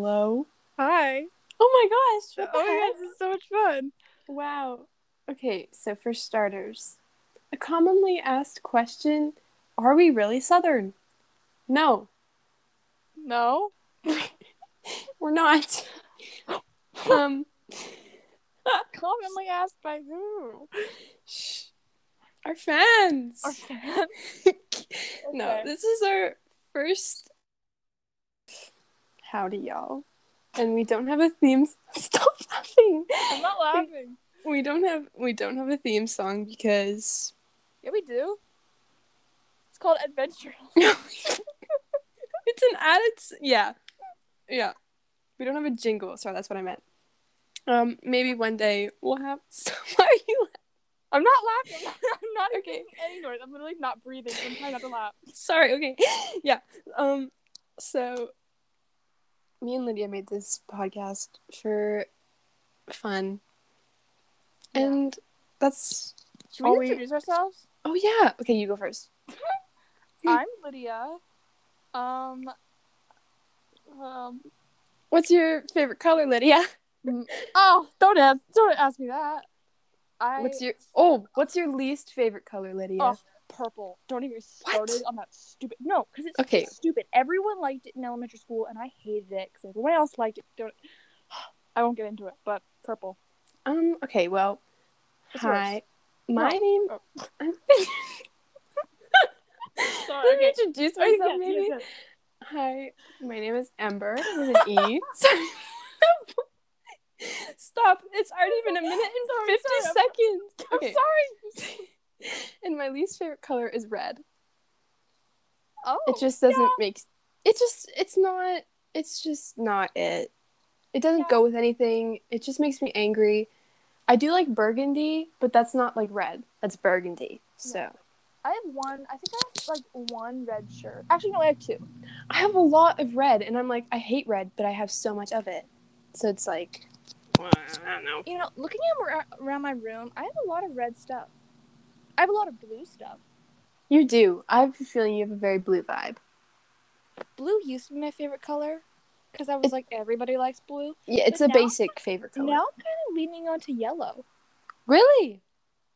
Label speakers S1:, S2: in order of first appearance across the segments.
S1: Hello.
S2: Hi.
S1: Oh my gosh.
S2: Oh my gosh, this is so much fun.
S1: Wow. Okay, so for starters, a commonly asked question Are we really Southern? No,
S2: No?
S1: we're not. um,
S2: Commonly asked by who?
S1: shh. Our fans.
S2: Our fans.
S1: no,
S2: Okay.
S1: this is our first. Howdy, y'all. And we don't have a theme. Stop laughing.
S2: I'm not laughing.
S1: We don't have we don't have a theme song because
S2: Yeah, we do. It's called Adventure.
S1: it's an added s- yeah yeah we don't have a jingle sorry that's what i meant um maybe one day we'll have why are you laugh-
S2: I'm not laughing. I'm not
S1: Okay.
S2: okay. any noise. I'm literally not breathing. I'm trying not to laugh.
S1: sorry okay yeah um so me and lydia made this podcast for fun
S2: Yeah.
S1: and that's
S2: Should we
S1: Are we-
S2: introduce ourselves?
S1: oh yeah okay you go first
S2: I'm Lydia. Um, um,
S1: what's your favorite color lydia
S2: oh, don't ask, don't ask me that. I
S1: what's your oh what's your least favorite color lydia
S2: Oh, purple. Don't even get started on that stupid. No, because it's
S1: Okay.
S2: stupid. Everyone liked it in elementary school, and I hated it because everyone else liked it. Don't. I won't get into it, but purple.
S1: Um. Okay. Well.
S2: It's yours.
S1: hi. My
S2: No.
S1: name.
S2: Oh.
S1: I'm-
S2: Sorry,
S1: Let me
S2: okay.
S1: introduce
S2: Oh, yes,
S1: myself,
S2: yes,
S1: maybe.
S2: yes.
S1: Hi. My name is Ember with an E. Sorry. Stop! It's already been a minute and
S2: Sorry,
S1: fifty
S2: sorry,
S1: seconds.
S2: I'm
S1: okay.
S2: sorry.
S1: And my least favorite color is red.
S2: Oh,
S1: it just doesn't
S2: yeah.
S1: make. It just. It's not. It's just not it. It doesn't
S2: Yeah.
S1: go with anything. It just makes me angry. I do like burgundy, but that's not like red. That's burgundy. So.
S2: I have one. I think I have like one red shirt. Actually, no, I have two.
S1: I have a lot of red, and I'm like, I hate red, but I have so much of it. So it's like, I don't know.
S2: You know, looking at ar- around my room, I have a lot of red stuff. I have a lot of blue stuff.
S1: You do. I have a feeling you have a very blue vibe.
S2: Blue used to be my favorite color because I was like everybody likes blue.
S1: Yeah, it's
S2: But
S1: a
S2: now-
S1: basic favorite color.
S2: Now I'm kind of leaning onto yellow.
S1: Really?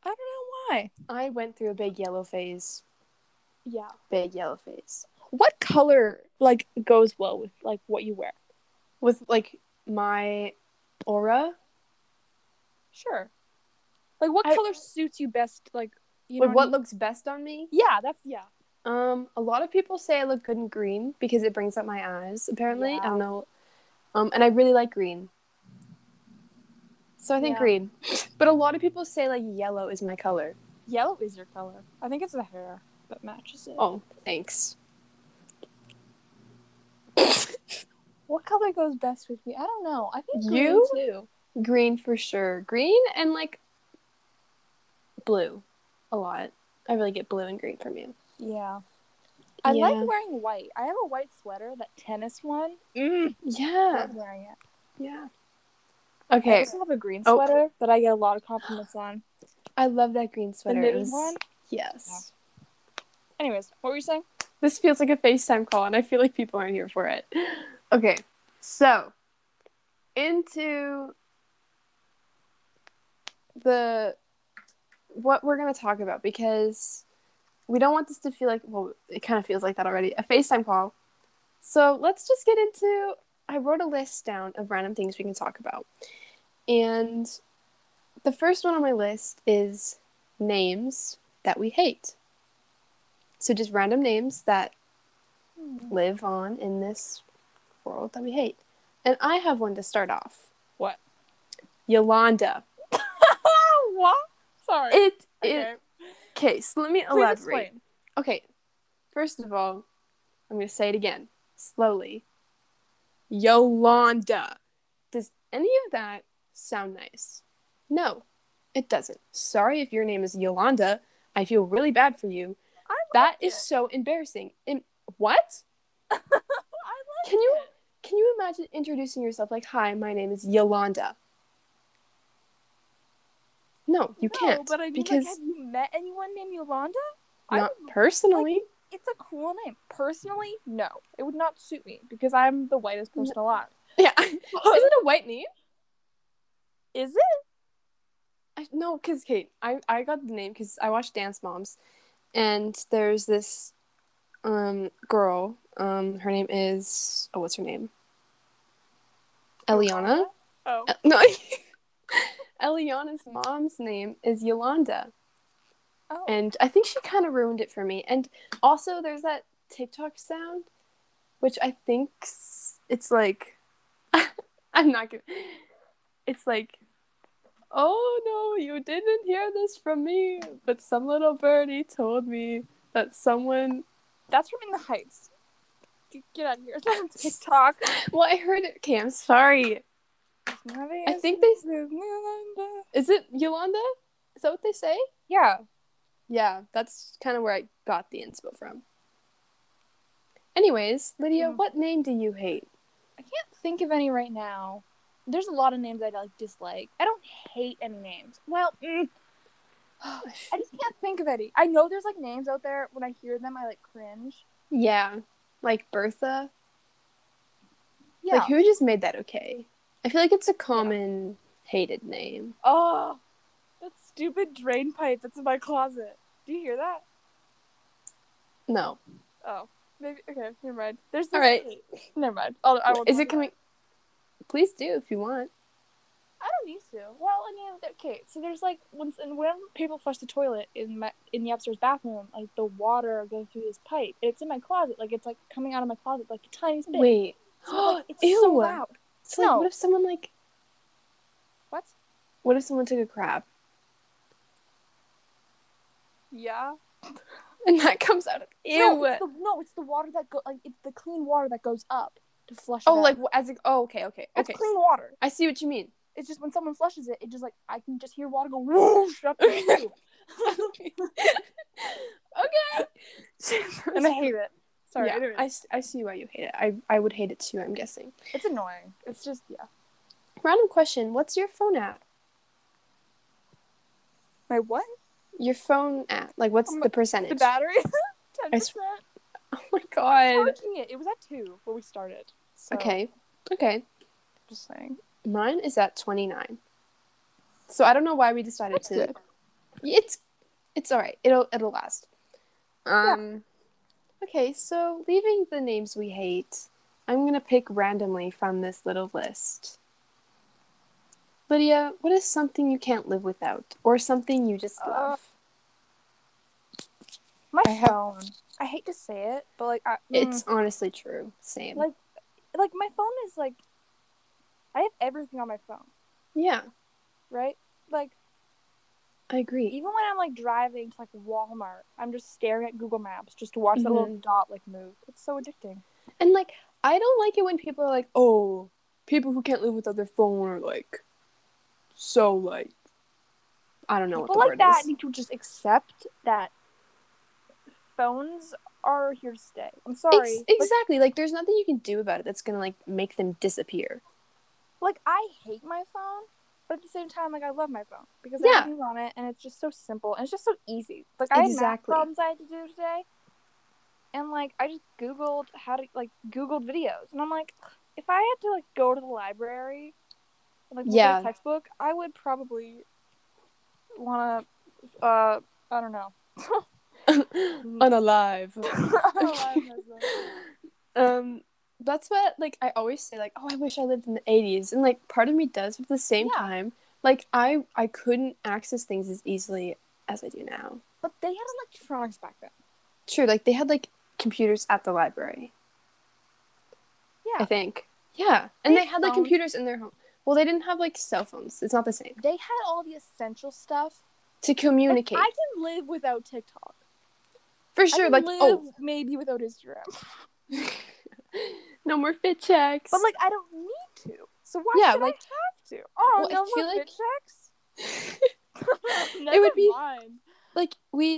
S2: I don't know why.
S1: I went through a big yellow phase.
S2: Yeah.
S1: Big yellow phase.
S2: What color like goes well with like what you wear?
S1: With like my aura.
S2: Sure. Like what
S1: I-
S2: color suits you best? Like you know
S1: Like what
S2: I mean?
S1: looks best on me?
S2: Yeah, that's yeah.
S1: Um, a lot of people say I look good in green because it brings up my eyes. Apparently, I
S2: Yeah.
S1: don't know. Um, and I really like green, so I think
S2: Yeah.
S1: green. But a lot of people say like yellow is my color.
S2: Yellow is your color. I think it's the hair that matches it.
S1: Oh, thanks.
S2: What color goes best with me? I don't know. I think
S1: You?
S2: green too.
S1: Green for sure. Green and like blue, a lot. I really get blue and green from you.
S2: Yeah. I
S1: Yeah.
S2: like wearing white. I have a white sweater, that tennis one. Mm.
S1: Yeah,
S2: I'm wearing it.
S1: yeah.
S2: I
S1: Okay,
S2: also have a green
S1: Oh.
S2: sweater that I get a lot of compliments on.
S1: I love that green sweater. It
S2: the knitted
S1: was-
S2: one.
S1: Yes.
S2: Anyways, what were you saying?
S1: This feels like a FaceTime call, and I feel like people aren't here for it. Okay, so into the what we're gonna talk about because we don't want this to feel like well, it kind of feels like that already a FaceTime call. So let's just get into. I wrote a list down of random things we can talk about, and the first one on my list is names that we hate. So just random names that
S2: Hmm.
S1: live on in this world that we hate. And I have one to start off.
S2: What?
S1: Yolanda.
S2: what? Sorry.
S1: It
S2: okay.
S1: it okay, so let me
S2: Please
S1: elaborate.
S2: explain.
S1: Okay. First of all, I'm gonna say it again. Slowly. Yolanda. Does any of that sound nice? No, it doesn't. Sorry if your name is Yolanda. I feel really bad for you.
S2: I like
S1: That
S2: it.
S1: is so embarrassing. Im- what?
S2: I like
S1: Can you
S2: it.
S1: can you imagine introducing yourself like, "Hi, my name is Yolanda"? No, you
S2: No,
S1: can't
S2: But I mean,
S1: because
S2: like, have you met anyone named Yolanda? I
S1: not
S2: would-
S1: personally.
S2: It's a cool name. Personally, no, it would not suit me because I'm the whitest person alive.
S1: Yeah. Isn't it a white name?
S2: Is it?
S1: I, no, because Kate, I, I got the name because I watched Dance Moms, and there's this um girl. Um, her name is oh, what's her name? Eliana.
S2: Oh.
S1: Uh, no, Eliana's mom's name is Yolanda,
S2: Oh.
S1: and I think she kind of ruined it for me. And also, there's that TikTok sound, which I think s- it's like I'm not gonna. It's like. Oh no, you didn't hear this from me, but some little birdie told me that someone
S2: That's from In the Heights. G- Get out of here. It's not from TikTok.
S1: Well, I heard it. Okay, I'm sorry.
S2: I
S1: I think they.
S2: they.
S1: Is it Yolanda? Is that what they say?
S2: Yeah.
S1: Yeah, that's kind of where I got the inspo from. Anyways, Lydia,
S2: Yeah.
S1: what name do you hate?
S2: I can't think of any right now. There's a lot of names I like dislike. I don't hate any names. Well, mm,
S1: Oh,
S2: I just can't think of any. I know there's like names out there. When I hear them, I like cringe.
S1: yeah, like Bertha.
S2: Yeah.
S1: Like, who just made that okay? I feel like it's a common hated name.
S2: oh, that stupid drain pipe that's in my closet. Do you hear that?
S1: No.
S2: Oh, maybe. Okay, never mind. There's. This,
S1: All right.
S2: Never mind. I'll, I won't
S1: Is
S2: talk
S1: it
S2: about
S1: coming? Please do if you want.
S2: I don't need to. Well, I mean, okay. So there's like once and whenever people flush the toilet in my in the upstairs bathroom, like the water goes through this pipe. It's in my closet. Like it's like coming out of my closet like a tiny bit.
S1: Wait.
S2: So, like, it's
S1: Ew.
S2: so loud.
S1: So, like,
S2: No.
S1: what if someone like?
S2: What?
S1: What if someone took a crap
S2: Yeah.
S1: and that comes out of?
S2: No, it's the, no, it's the water that go like it's the clean water that goes up to flush. it
S1: Oh,
S2: out.
S1: like wh- as a, oh, okay, okay,
S2: it's
S1: okay.
S2: clean water.
S1: I see what you mean.
S2: It's just when someone flushes it, it just like I can just hear water go whoosh up. the tube.
S1: okay.
S2: and I hate it. Sorry,
S1: Yeah,
S2: anyways.
S1: I, s- I see why you hate it. I, I would hate it too. I'm guessing.
S2: it's annoying. It's just yeah.
S1: Random question. What's your phone app?
S2: My what?
S1: Your phone app. Like, what's
S2: Um,
S1: the percentage?
S2: The battery. Ten
S1: I sw-
S2: percent.
S1: oh my
S2: I
S1: god.
S2: was watching it. It was at two when we started. So,
S1: Okay. Okay.
S2: Just saying.
S1: Mine is at 29. So I don't know why we decided
S2: That's
S1: to.
S2: good.
S1: It's it's all right. It'll it'll last. Um Okay, so leaving the names we hate, I'm going to pick randomly from this little list. Lydia, what is something you can't live without or something you just
S2: Uh,
S1: love?
S2: My
S1: I have-
S2: phone. I hate to say it, but like I,
S1: it's
S2: mm,
S1: honestly true. Same.
S2: Like- like my phone is like I have everything on my phone,
S1: yeah,
S2: right? Like
S1: I agree.
S2: even when I'm like driving to like Walmart, I'm just staring at Google Maps just to watch that little dot like move. It's so addicting.
S1: And like I don't like it when people are like, "Oh, people who can't live without their phone are like so like I don't know what
S2: People
S1: the
S2: like
S1: word
S2: that
S1: is."
S2: need to just accept that phones are here to stay. I'm sorry.
S1: Ex-
S2: Like,
S1: exactly. Like there's nothing you can do about it that's going to like make them disappear.
S2: like I hate my phone, but at the same time, like I love my phone because
S1: Yeah.
S2: everything's on it, and it's just so simple and it's just so easy. Like I had math
S1: Exactly.
S2: problems I had to do today, and like I just googled how to like googled videos, and I'm like, if I had to like go to the library, and, like look at
S1: Yeah.
S2: a textbook, I would probably want to, uh, I don't know. Mm-hmm.
S1: Unalive.
S2: I don't like myself.
S1: um that's what like i always say like oh i wish i lived in the 80s and like part of me does but at the same
S2: Yeah.
S1: time like i i couldn't access things as easily as i do now
S2: but they had electronics back then.
S1: true like they had like computers at the library i
S2: Yeah,
S1: think yeah and
S2: They
S1: they had like
S2: phoned.
S1: computers in their home well they didn't have like cell phones it's not the same
S2: they had all the essential stuff.
S1: to
S2: Like,
S1: communicate
S2: I can live without TikTok.
S1: for
S2: I
S1: sure
S2: can
S1: like
S2: live
S1: oh
S2: maybe without Instagram,
S1: no more fit checks
S2: but like I don't need to. So why
S1: Yeah,
S2: should
S1: like-
S2: I have to? Oh,
S1: Well, I
S2: no more
S1: feel
S2: like...
S1: like-
S2: checks.
S1: It would be-
S2: Mind.
S1: like we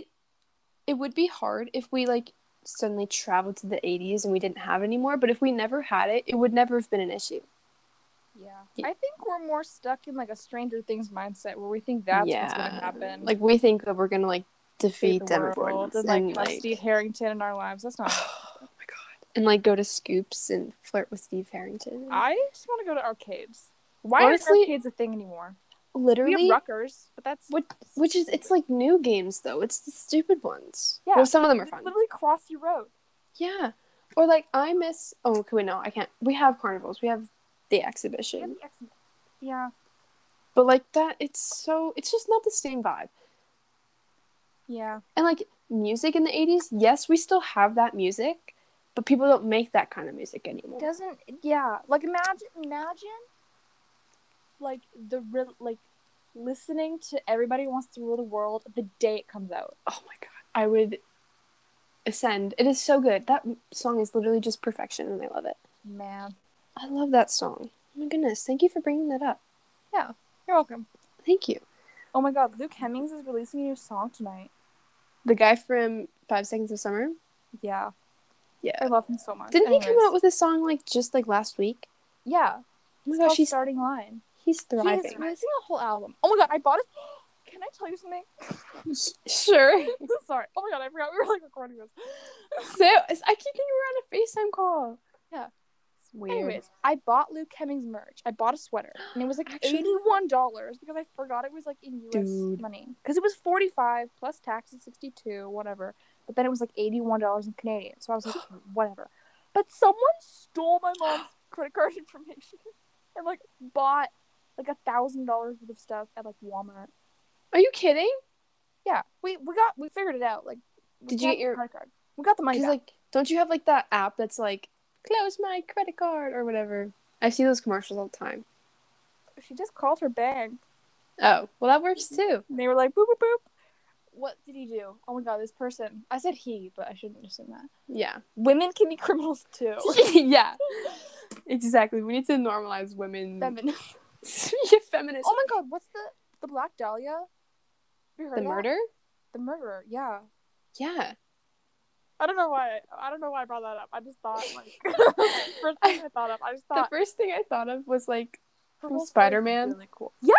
S1: it would be hard if we like suddenly traveled to the 80s and we didn't have it anymore but if we never had it it would never have been an issue
S2: Yeah.
S1: Yeah.
S2: I think we're more stuck in like a Stranger Things mindset where we think that's what's gonna happen.
S1: like we think that we're gonna like
S2: Save
S1: defeat
S2: the world,
S1: demogorgons
S2: and,
S1: and
S2: like Rusty Harrington in our lives. That's not.
S1: oh my god and like go to Scoops and flirt with Steve Harrington.
S2: I just want to go to arcades. Why
S1: Honestly-
S2: aren't arcades a thing anymore? We
S1: literally
S2: have Rutgers, but that's
S1: What- which is it's like new games though. It's the stupid ones.
S2: Yeah.
S1: Well, some of them are
S2: it's
S1: fun.
S2: literally cross your road.
S1: Yeah. Or like I miss. Oh, okay, wait, no, I can't. We have carnivals. We have the
S2: We have
S1: exhibition.
S2: the ex- Yeah,
S1: But like that, it's so it's just not the same vibe.
S2: yeah.
S1: And like music in the eighties, yes, we still have that music, but people don't make that kind of music anymore.
S2: Doesn't yeah? Like imagine, imagine, like the real like listening to everybody wants to rule the world the day it comes out.
S1: Oh my god, I would ascend. It is so good. That song is literally just perfection, and I love it.
S2: Man,
S1: I love that song. Oh my goodness, thank you for bringing that up.
S2: you're welcome.
S1: Thank you.
S2: Oh my God, Luke Hemmings is releasing a new song tonight.
S1: The guy from Five Seconds of Summer.
S2: Yeah,
S1: Yeah.
S2: I love him so much.
S1: Didn't he come
S2: Anyways.
S1: out with a song like just like last week?
S2: Yeah,
S1: Oh my
S2: called
S1: gosh, he's
S2: starting line.
S1: he's thriving.
S2: He's releasing a whole album. Oh my God, I bought it. Can I tell you something?
S1: Sure.
S2: Sorry. Oh my God, I forgot we were like recording this.
S1: So I keep thinking we're on a FaceTime call.
S2: Yeah.
S1: It's weird.
S2: Anyways, I bought Luke Hemmings merch. I bought a sweater, and it was like
S1: Actually-
S2: eighty-one dollars because I forgot it was like in U.S.
S1: Dude.
S2: money because it was forty-five plus taxes, sixty-two, whatever. But then it was like eighty-one dollars in Canadian, so I was like, whatever. But someone stole my mom's credit card information and like bought like a thousand dollars worth of stuff at like Walmart.
S1: Are you kidding?
S2: Yeah, we we got we figured it out. Like, we
S1: Did you
S2: got
S1: get
S2: the
S1: your-
S2: credit card? We got the money.
S1: Because
S2: Back.
S1: like, don't you have like that app that's like, close my credit card or whatever? I see those commercials all the time.
S2: she just called her bank.
S1: Oh, well that works too.
S2: And they were like, boop, boop, boop. What did he do? Oh my god, this person. I said he, but I shouldn't assume that.
S1: Yeah.
S2: Women can be criminals too.
S1: yeah. Exactly. We need to normalize women.
S2: Feminist.
S1: Yeah, feminist.
S2: Oh my god, what's the the Black Dahlia? Have you heard
S1: the
S2: of that?
S1: murder?
S2: The murderer. Yeah.
S1: Yeah.
S2: I don't know why. I don't know why I brought that up. I just thought like first thing I thought of. I just
S1: The
S2: thought
S1: first thing I thought of was like,
S2: her
S1: from
S2: whole story is
S1: Spider-Man?
S2: Really cool. Yeah.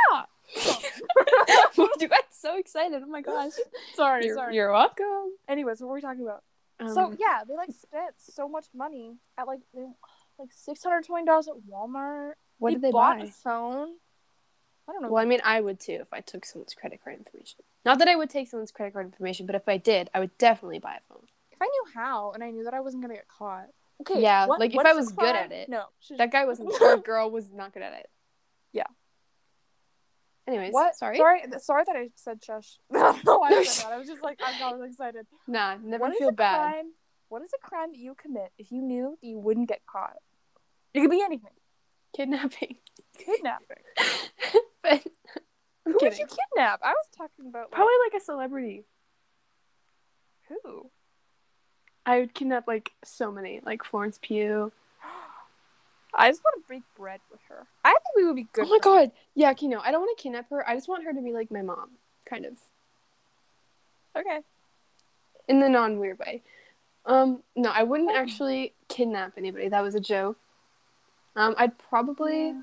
S1: you got so excited. Oh my gosh.
S2: Sorry.
S1: You're,
S2: sorry.
S1: you're welcome.
S2: Anyways, what were we talking about?
S1: Um,
S2: so yeah, they like spent so much money at like they, like six hundred twenty dollars at Walmart.
S1: what
S2: He
S1: did they
S2: bought
S1: buy?
S2: A phone. I don't know.
S1: Well, I mean, I would too if I took someone's credit card information. Not that I would take someone's credit card information, but if I did, I would definitely buy a phone.
S2: If I knew how, and I knew that I wasn't gonna get caught. Okay.
S1: Yeah, like, if
S2: what's
S1: I
S2: the
S1: was good at
S2: crime?
S1: it,
S2: No. should-
S1: That guy wasn't, or girl was not good at it.
S2: Yeah.
S1: Anyways,
S2: What?
S1: sorry.
S2: Sorry. th- Sorry that I said shush. I don't know why I said that. I was just like, I got excited.
S1: Nah, never
S2: What is
S1: feel
S2: a
S1: bad.
S2: Crime, what is a crime that you commit if you knew that you wouldn't get caught? It could be anything.
S1: Kidnapping.
S2: Kidnapping.
S1: but
S2: Who
S1: kidding.
S2: did you kidnap? I was talking about like,
S1: probably like a celebrity.
S2: who.
S1: I would kidnap like so many, like Florence Pugh.
S2: I just want to break bread with her. I think we would be good.
S1: oh my
S2: friends.
S1: god. Yeah, Kino. I don't want to kidnap her. I just want her to be like my mom, kind of.
S2: Okay.
S1: in the non weird way. Um, no, I wouldn't
S2: Oh.
S1: actually kidnap anybody. That was a joke. Um, I'd probably
S2: Yeah.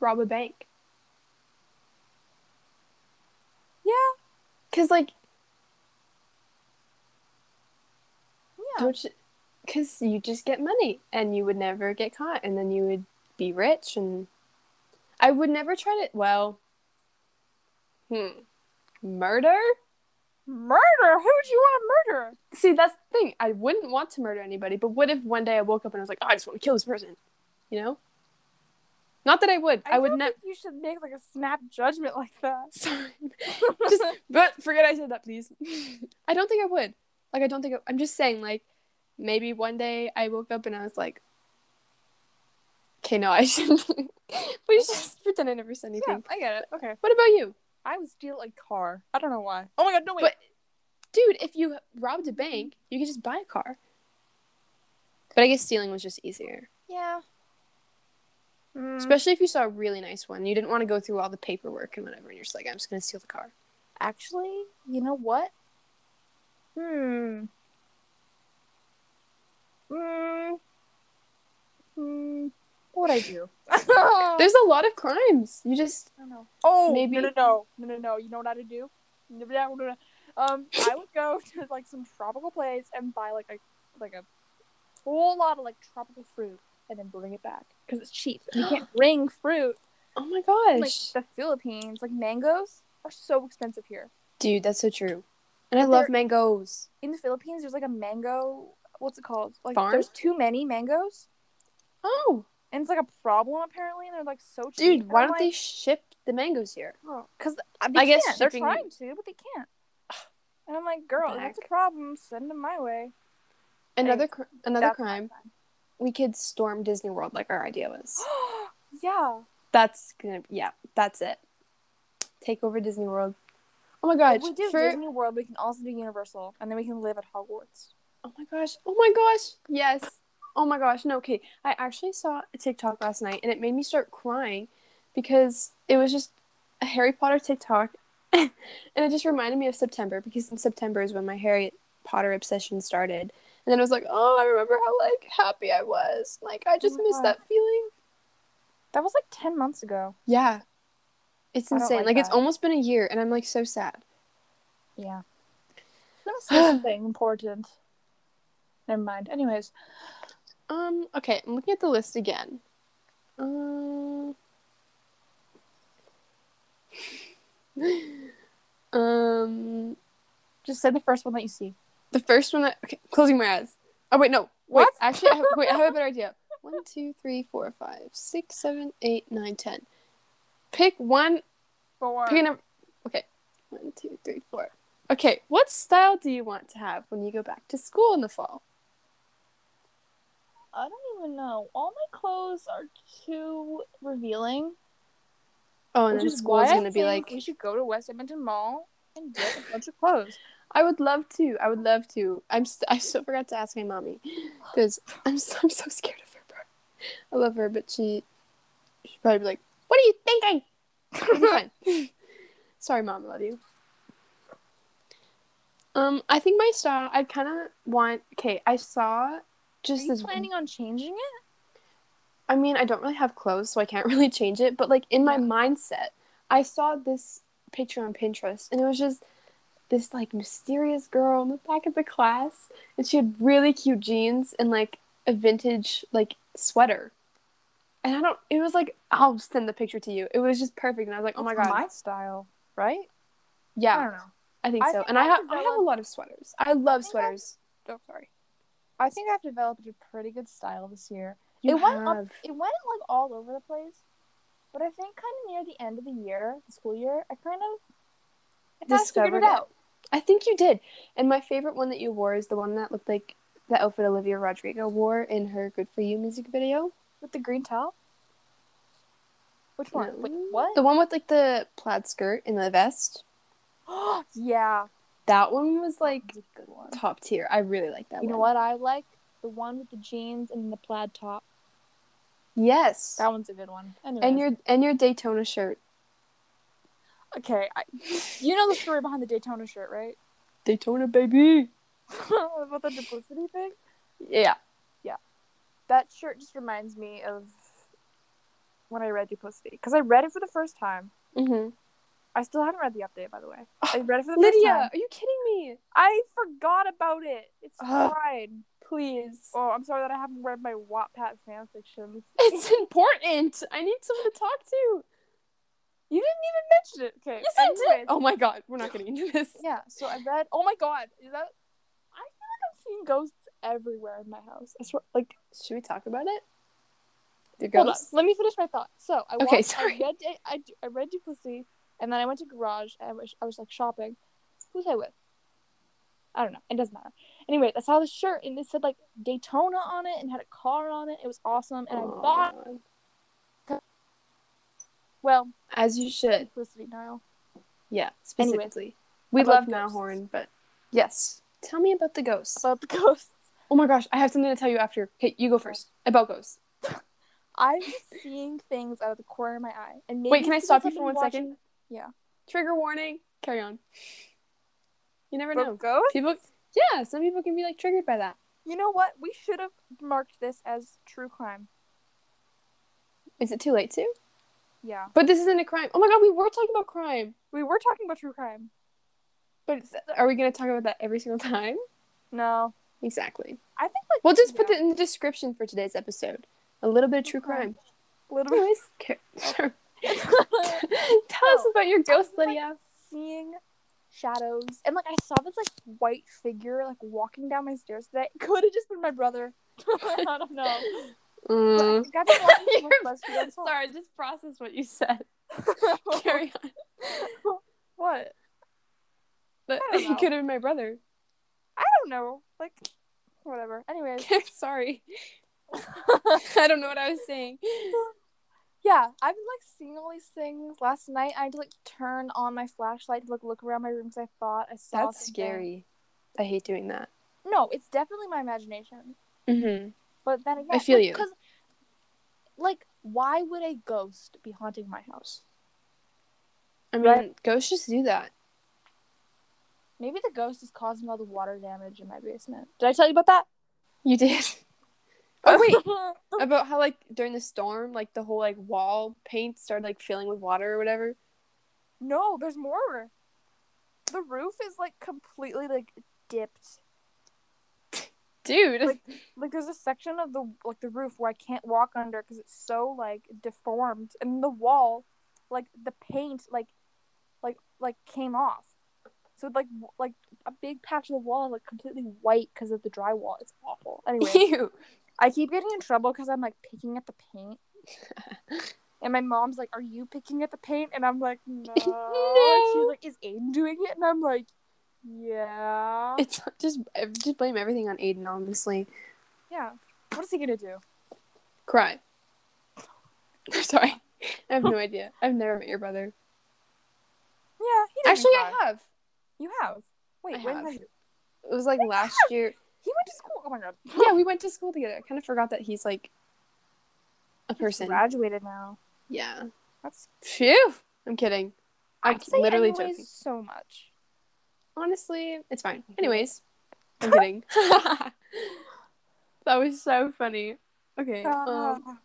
S1: rob a bank
S2: Yeah.
S1: because, like,
S2: Yeah.
S1: don't you? Because you just get money and you would never get caught, and then you would be rich. And I would never try to. Well, hmm, murder.
S2: Murder? Who would you want to murder?
S1: See, that's the thing. I wouldn't want to murder anybody, but what if one day I woke up and I was like, oh, I just want to kill this person? You know? Not that I would. I, would
S2: don't
S1: never.
S2: think you should make like a snap judgment like that.
S1: Sorry. Just- but forget I said that, please. I don't think I would. Like, I don't think I, I'm just saying, like, maybe one day I woke up and I was like, okay, no, I shouldn't. we should just pretend I never said anything.
S2: yeah, I get it. Okay.
S1: What about you?
S2: I would steal a car. I don't know why. Oh my god, no wait.
S1: But- Dude, if you robbed a bank, you could just buy a car. But I guess stealing was just easier.
S2: yeah. Mm,
S1: Especially if you saw a really nice one. You didn't want to go through all the paperwork and whatever, and you're just like, I'm just going to steal the car.
S2: actually, you know what? Hmm. Hmm. Hmm. What would I do? I
S1: There's a lot of crimes. You just.
S2: don't know. Oh,
S1: Maybe-
S2: no, no, no, no, no, no. You know what I would do? No, no, no, no. Um, I would go to like some tropical place and buy like a like a whole lot of like tropical fruit and then bring it back because it's cheap. You can't bring fruit
S1: Oh my
S2: from, like
S1: gosh.
S2: the Philippines. Like mangoes are so expensive here.
S1: Dude, that's so true. And I love
S2: They're-
S1: mangoes.
S2: In the Philippines, there's like a mango. What's it called? Like
S1: Farm?
S2: there's too many mangoes,
S1: Oh,
S2: and it's like a problem apparently. And they're like so cheap.
S1: dude, why don't they ship the mangoes here?
S2: Because they
S1: I
S2: I
S1: guess
S2: guess they're
S1: shipping-
S2: trying to, but they can't. And I'm like, girl, if that's a problem. Send them my way.
S1: Another cr- another
S2: That's my
S1: crime.
S2: plan.
S1: We could storm Disney World like our idea was.
S2: yeah.
S1: That's gonna yeah, that's it. Take over Disney World. Oh my gosh.
S2: If we do
S1: for-
S2: Disney World, we can also do Universal, and then we can live at Hogwarts.
S1: Oh my gosh. Oh my gosh. Yes. Oh my gosh. No, okay. I actually saw a TikTok last night and it made me start crying because it was just a Harry Potter TikTok. and it just reminded me of September because in September is when my Harry Potter obsession started. And then I was like, oh, I remember how like happy I was. Like I just
S2: Oh my
S1: missed
S2: God.
S1: that feeling.
S2: That was like ten months ago.
S1: Yeah. It's
S2: I don't
S1: insane.
S2: like
S1: Like, it's
S2: that.
S1: almost been a year and I'm like so sad.
S2: Yeah. Let me say something important. Never mind. Anyways,
S1: Um, okay, I'm looking at the list again. Um, um
S2: just say the first one that you see.
S1: the first one that okay, closing my eyes. Oh wait, no. Wait,
S2: What?
S1: actually I have, wait, I have a better idea. One, two, three, four, five, six, seven, eight, nine, ten. Pick one
S2: Four.
S1: pick a number okay. One, two, three, four. Okay, what style do you want to have when you go back to school in the fall?
S2: I don't even know. All my clothes are too revealing.
S1: Oh, and
S2: which
S1: then
S2: is
S1: school's
S2: why I
S1: gonna be
S2: think
S1: like
S2: we should go to West Edmonton Mall and get a bunch of clothes.
S1: I would love to. I would love to. I'm st- I still forgot to ask my mommy because I'm so, I'm so scared of her. Bro. I love her, but she she'd probably be like, "What are you thinking?" It'll be fine. Sorry, mom. I love you. Um, I think my style. I kind of want. Okay, I saw
S2: Are
S1: just
S2: you
S1: this.
S2: planning on changing it?
S1: I mean, I don't really have clothes, so I can't really change it. But like in my
S2: Yeah.
S1: mindset, I saw this picture on Pinterest, and it was just this like mysterious girl in the back of the class, and she had really cute jeans and like a vintage like sweater. And I don't. It was like I'll send the picture to you. It was just perfect, and I was like, oh my
S2: That's
S1: god,
S2: my style, right? I
S1: yeah,
S2: don't know.
S1: I think
S2: I
S1: so.
S2: think
S1: and I
S2: I
S1: have I have
S2: developed-
S1: a lot of sweaters. I love
S2: think I-
S1: sweaters.
S2: Oh, sorry. I think I've developed a pretty good style this year.
S1: You
S2: it went up,
S1: have.
S2: it went like all over the place, but I think kind of near the end of the year, the school year, I kind of I kind of figured
S1: Discovered
S2: it
S1: it.
S2: out.
S1: I think you did. And my favorite one that you wore is the one that looked like the outfit Olivia Rodrigo wore in her "Good for You" music video.
S2: with the green towel. Which one? Wait,
S1: No.
S2: what?
S1: The one with like the plaid skirt and the vest.
S2: yeah,
S1: That one was like
S2: That was a good one.
S1: top tier. I really like that.
S2: You know
S1: one.
S2: what I like? The one with the jeans and the plaid top.
S1: Yes.
S2: That one's a good one. Anyways.
S1: and your and your Daytona shirt.
S2: okay. I, you know the story behind the Daytona shirt, right?
S1: Daytona baby.
S2: About the duplicity thing.
S1: Yeah.
S2: that shirt just reminds me of when I read Duplicity because I read it for the first time.
S1: hmm
S2: I still haven't read the update, by the way. I read it for the first
S1: Lydia,
S2: time.
S1: are you kidding me?
S2: I forgot about it. It's
S1: Ugh.
S2: fine.
S1: Please.
S2: Oh, I'm sorry that I haven't read my Wattpad fanfictions.
S1: It's important. I need someone to talk to.
S2: You didn't even mention it. Okay.
S1: Yes, I
S2: anyways.
S1: did. Oh my god, we're not getting into this.
S2: Yeah. So I read. Oh my god, is that? I feel like I'm seeing ghosts everywhere in my house. I swear. Like,
S1: Should we talk about it? The
S2: hold on.
S1: ghosts?
S2: Let me finish my thought. So I
S1: Okay,
S2: walked,
S1: sorry.
S2: I read. I, I read Duplicity, and then I went to Garage, and I was, I was like shopping. Who was I with? I don't know. It doesn't matter. Anyway, I saw this shirt and it said like Daytona on it and had a car on it. It was awesome, and I bought.
S1: Aw.
S2: Well,
S1: As you should.
S2: Duplicity now.
S1: Yeah,
S2: Anyway,
S1: specifically. we love
S2: about ghosts.
S1: Nahorn, but yes. Tell me about the ghosts.
S2: About the ghosts.
S1: Oh my gosh, I have something to tell you after. Okay, you go first. About ghosts.
S2: I'm just seeing things out of the corner of my eye. And maybe
S1: Wait, can I
S2: it's
S1: stop you
S2: because
S1: for
S2: I've
S1: one
S2: been watching-
S1: second?
S2: Yeah.
S1: Trigger warning. Carry on. You never
S2: But
S1: know.
S2: ghosts?
S1: People Yeah, some people can be like triggered by that.
S2: You know what? We should have marked this as true crime.
S1: Is it too late to?
S2: Yeah.
S1: But this isn't a crime. Oh my god, we were talking about crime.
S2: We were talking about true crime.
S1: But it's- are we going to talk about that every single time?
S2: No.
S1: Exactly.
S2: I think like
S1: We'll just put
S2: Yeah.
S1: it in the description for today's episode. A little bit of true crime.
S2: little
S1: Anyways, ca- sure.
S2: bit
S1: Oh. Tell us
S2: Oh.
S1: about your ghost,
S2: like-
S1: Lydia.
S2: seeing shadows and like I saw this like white figure like walking down my stairs today. Could have just been my brother. I don't know.
S1: Mm.
S2: But I think I've been watching too much BuzzFeed. unsolved.
S1: Mm-hmm. Sorry, just process what you said. Carry on.
S2: what?
S1: But
S2: I don't
S1: you
S2: know.
S1: could have been my brother.
S2: I don't know. Like whatever. Anyways,
S1: Sorry. I don't know what I was saying.
S2: yeah, I've been like seeing all these things. Last night I had to like turn on my flashlight to like look around my room because I thought I saw
S1: That's
S2: something.
S1: scary. I hate doing that.
S2: No, it's definitely my imagination.
S1: Mm-hmm.
S2: But then again,
S1: feel
S2: like,
S1: you.
S2: 'cause, like, why would a ghost be haunting my house?
S1: I mean,
S2: Right.
S1: ghosts just do that.
S2: Maybe the ghost is causing all the water damage in my basement. Did I tell you about that?
S1: You did. Oh wait,
S2: The-
S1: about how like during the storm, like the whole like wall paint started like filling with water or whatever.
S2: no, there's more. The roof is like completely like dipped.
S1: Dude,
S2: Like- Like there's a section of the like the roof where I can't walk under because it's so like deformed, and the wall, like the paint, like, like like came off. So like w- like a big patch of the wall is like completely white because of the drywall. It's awful. Anyway.
S1: ew.
S2: I keep getting in trouble because I'm like picking at the paint. and my mom's like, Are you picking at the paint? And I'm like, No. And she's
S1: No.
S2: like, Is Aiden doing it? And I'm like, Yeah.
S1: It's just just blame everything on Aiden. Honestly,
S2: yeah. What is he gonna do?
S1: cry. Sorry, I have no idea. I've never met your brother.
S2: Yeah, he doesn't
S1: Actually,
S2: cry.
S1: I have.
S2: You have. Wait,
S1: I
S2: when
S1: have.
S2: have you-
S1: It was like last year.
S2: He went to school. Oh my god.
S1: Yeah, we went to school together. I kind of forgot that he's like a
S2: He's
S1: person.
S2: graduated now.
S1: Yeah.
S2: That's
S1: Phew. I'm kidding. I'm
S2: I'd say
S1: literally
S2: anyways
S1: joking.
S2: so much.
S1: Honestly, it's fine. Anyways, I'm kidding. that was so funny. Okay. Um,
S2: Ah.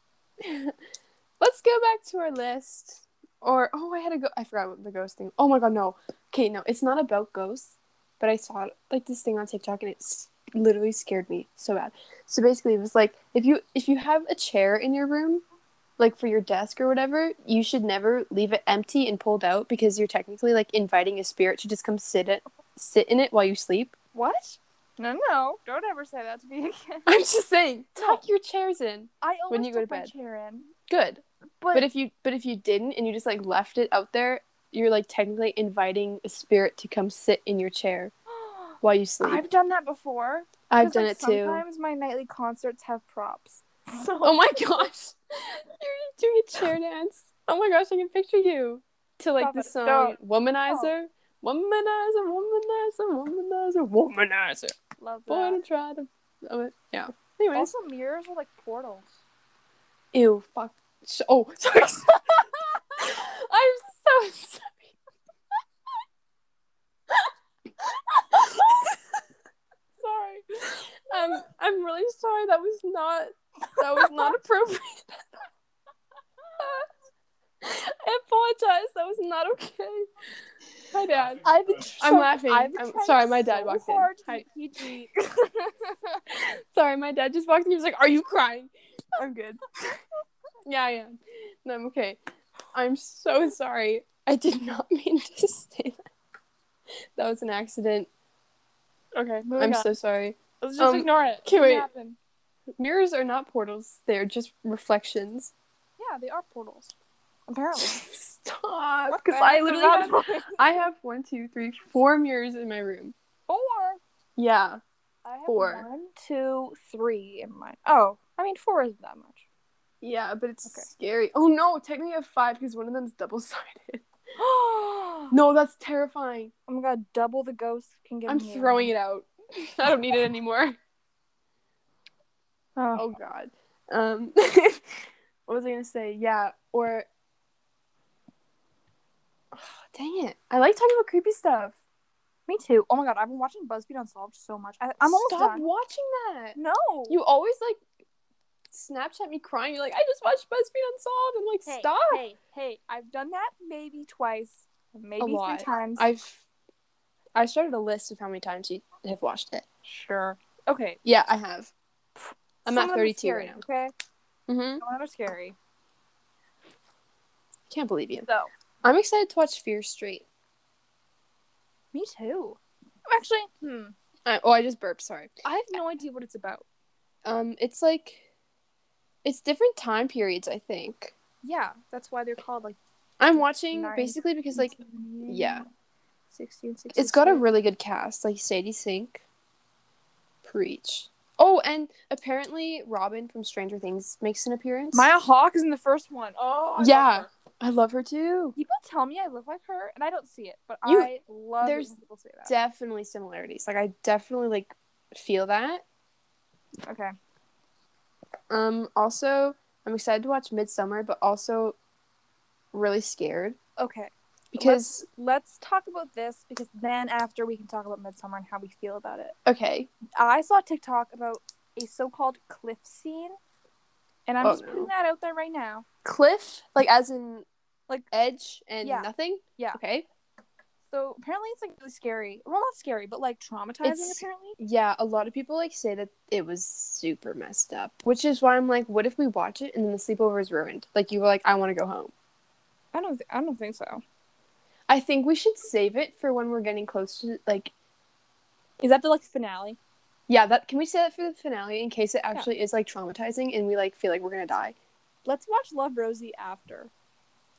S1: let's go back to our list. Or oh, I had a go. I forgot what the ghost thing. Oh my god, no. Okay, no, it's not about ghosts, but I saw like this thing on TikTok and it s- literally scared me so bad. So basically, it was like if you if you have a chair in your room, like for your desk or whatever, you should never leave it empty and pulled out because you're technically like inviting a spirit to just come sit it sit in it while you sleep.
S2: what? No, no, don't ever say that to me again.
S1: I'm just saying, tuck your chairs in.
S2: I always
S1: When you go
S2: took
S1: to
S2: my
S1: bed.
S2: chair in,
S1: Good.
S2: but,
S1: but if you but if you didn't and you just like left it out there you're like technically inviting a spirit to come sit in your chair while you sleep i've,
S2: I've done that before. Because,
S1: done
S2: like,
S1: it too
S2: Sometimes my nightly concerts have props. So
S1: oh my gosh you're doing a chair dance oh my gosh i can picture you to like
S2: Stop
S1: the
S2: it.
S1: song
S2: Don't.
S1: womanizer womanizer womanizer womanizer womanizer
S2: love
S1: boy
S2: that.
S1: i'm trying to oh, it- yeah anyways
S2: Also, mirrors are like portals.
S1: ew fuck Sh- oh sorry i'm so sorry
S2: Sorry.
S1: Um, I'm really sorry. That was not that was not appropriate. I apologize. That was not okay. My dad.
S2: I've been.
S1: I'm
S2: trying-
S1: laughing.
S2: I've been
S1: I'm
S2: trying
S1: sorry, my dad
S2: so
S1: walked in.
S2: hard to
S1: Hi.
S2: be PG.
S1: Sorry, my dad just walked in. He was like, "Are you crying?" I'm good. yeah, I am. No, I'm okay. I'm so sorry. I did not mean to say that. That was an accident.
S2: okay, moving
S1: I'm
S2: on.
S1: so sorry.
S2: Let's just
S1: um,
S2: ignore it.
S1: okay,
S2: It
S1: wait.
S2: happened.
S1: Mirrors are not portals. They're just reflections.
S2: Yeah, they are portals. Apparently.
S1: Stop,
S2: Oh. What the
S1: because I
S2: heck
S1: literally
S2: is
S1: have,
S2: that?
S1: I have one, two, three, four mirrors in my room.
S2: four.
S1: Yeah,
S2: I have
S1: Four.
S2: one, two, three in mine. Oh, I mean four isn't that much.
S1: yeah, but it's
S2: Okay.
S1: scary. Oh no, technically I have five because one of them's double sided. No, that's terrifying.
S2: Oh my god, double the ghost can get
S1: I'm throwing it out. I don't need it anymore.
S2: Oh.
S1: Oh god. Um, what was I gonna say? Yeah, or dang it, I like talking about creepy stuff.
S2: Me too. Oh my god, I've been watching BuzzFeed Unsolved so much. I, I'm almost
S1: Stop
S2: done.
S1: watching that.
S2: No.
S1: You always like Snapchat me crying. You're like, I just watched BuzzFeed Unsolved. I'm like,
S2: Hey,
S1: stop.
S2: Hey, hey, I've done that maybe twice, maybe three
S1: lot.
S2: times.
S1: I've I started a list of how many times you have watched it.
S2: sure. Okay.
S1: Yeah, I have. I'm
S2: some of
S1: at
S2: them are
S1: 32
S2: scary,
S1: right now.
S2: Okay.
S1: Mm-hmm.
S2: Some of them are scary.
S1: Can't believe you.
S2: So
S1: I'm excited to watch Fear Street.
S2: me too. Actually, hmm.
S1: I, oh, I just burped. Sorry.
S2: I have no idea what it's about.
S1: Um, it's like, it's different time periods. I think
S2: Yeah, that's why they're called like.
S1: I'm watching
S2: Nine.
S1: basically because like
S2: 16,
S1: yeah.
S2: 16, 16.
S1: it's got a really good cast, like Sadie Sink. Preach. Oh, and apparently Robin from Stranger Things makes an appearance.
S2: Maya Hawk is in the first one. Oh. I love
S1: Yeah.
S2: her.
S1: I love her too.
S2: People tell me I look like her, and I don't see it, but
S1: You-
S2: I love it
S1: there's
S2: when people say that.
S1: Definitely similarities. Like I definitely like feel that.
S2: okay.
S1: Um, also I'm excited to watch Midsummer, but also really scared
S2: Okay.
S1: because
S2: Let's talk about this because then after we can talk about Midsummer and how we feel about it.
S1: okay,
S2: I saw a TikTok about a so-called cliff scene, and I'm
S1: Oh,
S2: just
S1: no.
S2: putting that out there right now.
S1: cliff like as in
S2: Like-
S1: edge and
S2: Yeah.
S1: nothing.
S2: Yeah.
S1: Okay.
S2: So apparently, it's like really scary. Well, not scary, but like traumatizing.
S1: It's-
S2: Apparently,
S1: Yeah, a lot of people like say that it was super messed up, which is why I'm like, what if we watch it and then the sleepover is ruined? Like you were like, I want to go home.
S2: I don't. Th- I don't think so.
S1: I think we should save it for when we're getting close to like,
S2: Is that the like finale?
S1: yeah, that can we say that for the finale in case it actually is like traumatizing and we like feel like we're gonna die.
S2: Let's watch Love Rosie after.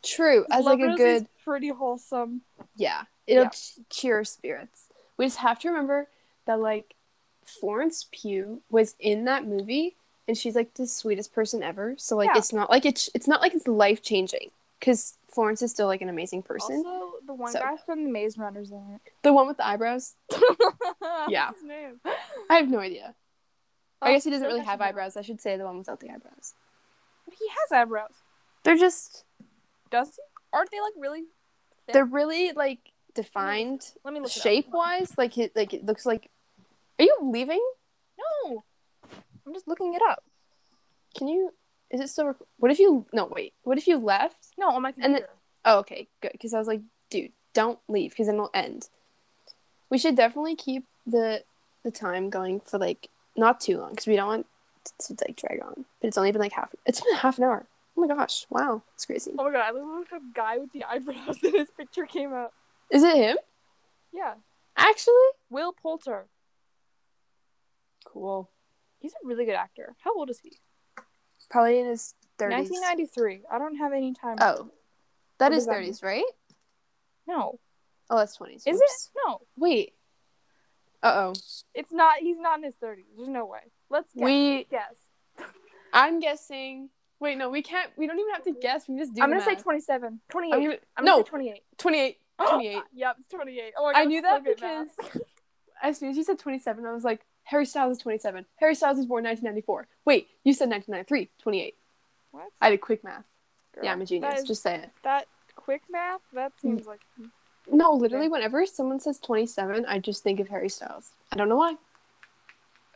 S1: True, as like
S2: Love
S1: a
S2: Rosie's
S1: good
S2: pretty wholesome.
S1: yeah, it'll
S2: Yeah.
S1: ch- cheer our spirits. We just have to remember that like Florence Pugh was in that movie and she's like the sweetest person ever. So like
S2: Yeah.
S1: it's not like it's it's not like it's life changing because Florence is still like an amazing person.
S2: Also, the one
S1: So-
S2: guy from the Maze Runner's in it.
S1: the one with the eyebrows,
S2: What's
S1: Yeah.
S2: his name?
S1: I have no idea. I
S2: Oh,
S1: guess he doesn't
S2: so
S1: really
S2: that's
S1: have
S2: about-
S1: eyebrows. I should say the one without the eyebrows.
S2: But He has eyebrows.
S1: They're just
S2: Does he? Aren't they like really?
S1: they're really like defined
S2: Let me look. it up.
S1: shape wise. Like it like it looks like. Are you leaving?
S2: No, I'm just looking it up.
S1: Can you? Is it still? Rec- what if you? No, wait. What if you left?
S2: No, on my
S1: then-
S2: computer.
S1: Oh, okay, good. Because I was like, dude, don't leave, because then it'll end. We should definitely keep the the time going for like not too long, because we don't want to, to like drag on. But it's only been like half. It's been half an hour. Oh my gosh! Wow, it's crazy.
S2: Oh my god, I looked up guy with the eyebrows and his picture came up.
S1: Is it him?
S2: Yeah.
S1: Actually.
S2: Will Poulter.
S1: Cool.
S2: He's a really good actor. How old is he?
S1: Probably in his thirties.
S2: 1993. I don't have any time.
S1: Oh,
S2: What
S1: that is
S2: does that mean?
S1: thirties, right?
S2: No.
S1: Oh, that's twenties.
S2: Is it? No.
S1: Wait. Uh oh.
S2: It's not. He's not in his 30s. There's no way. Let's guess.
S1: We.
S2: guess.
S1: I'm guessing. Wait, no, we can't. We don't even have to guess. We can just do.
S2: I'm
S1: the
S2: going to say
S1: math.
S2: 27. 28.
S1: I'm
S2: I'm,
S1: gonna,
S2: going
S1: no,
S2: to say 28.
S1: 28. 28.
S2: yep, it's 28. Oh my god,
S1: Oh, I knew
S2: that's so
S1: that
S2: good math.
S1: because as soon as you said 27, I was like, Harry Styles is 27. Harry Styles was born 1994. Wait, you said 1993. 28.
S2: What?
S1: I did quick math.
S2: Girl,
S1: yeah, I'm a genius.
S2: That, is,
S1: Just Mm. say it.
S2: that quick math, that seems like.
S1: No, literally, whenever someone says 27, I just think of Harry Styles. I don't know why.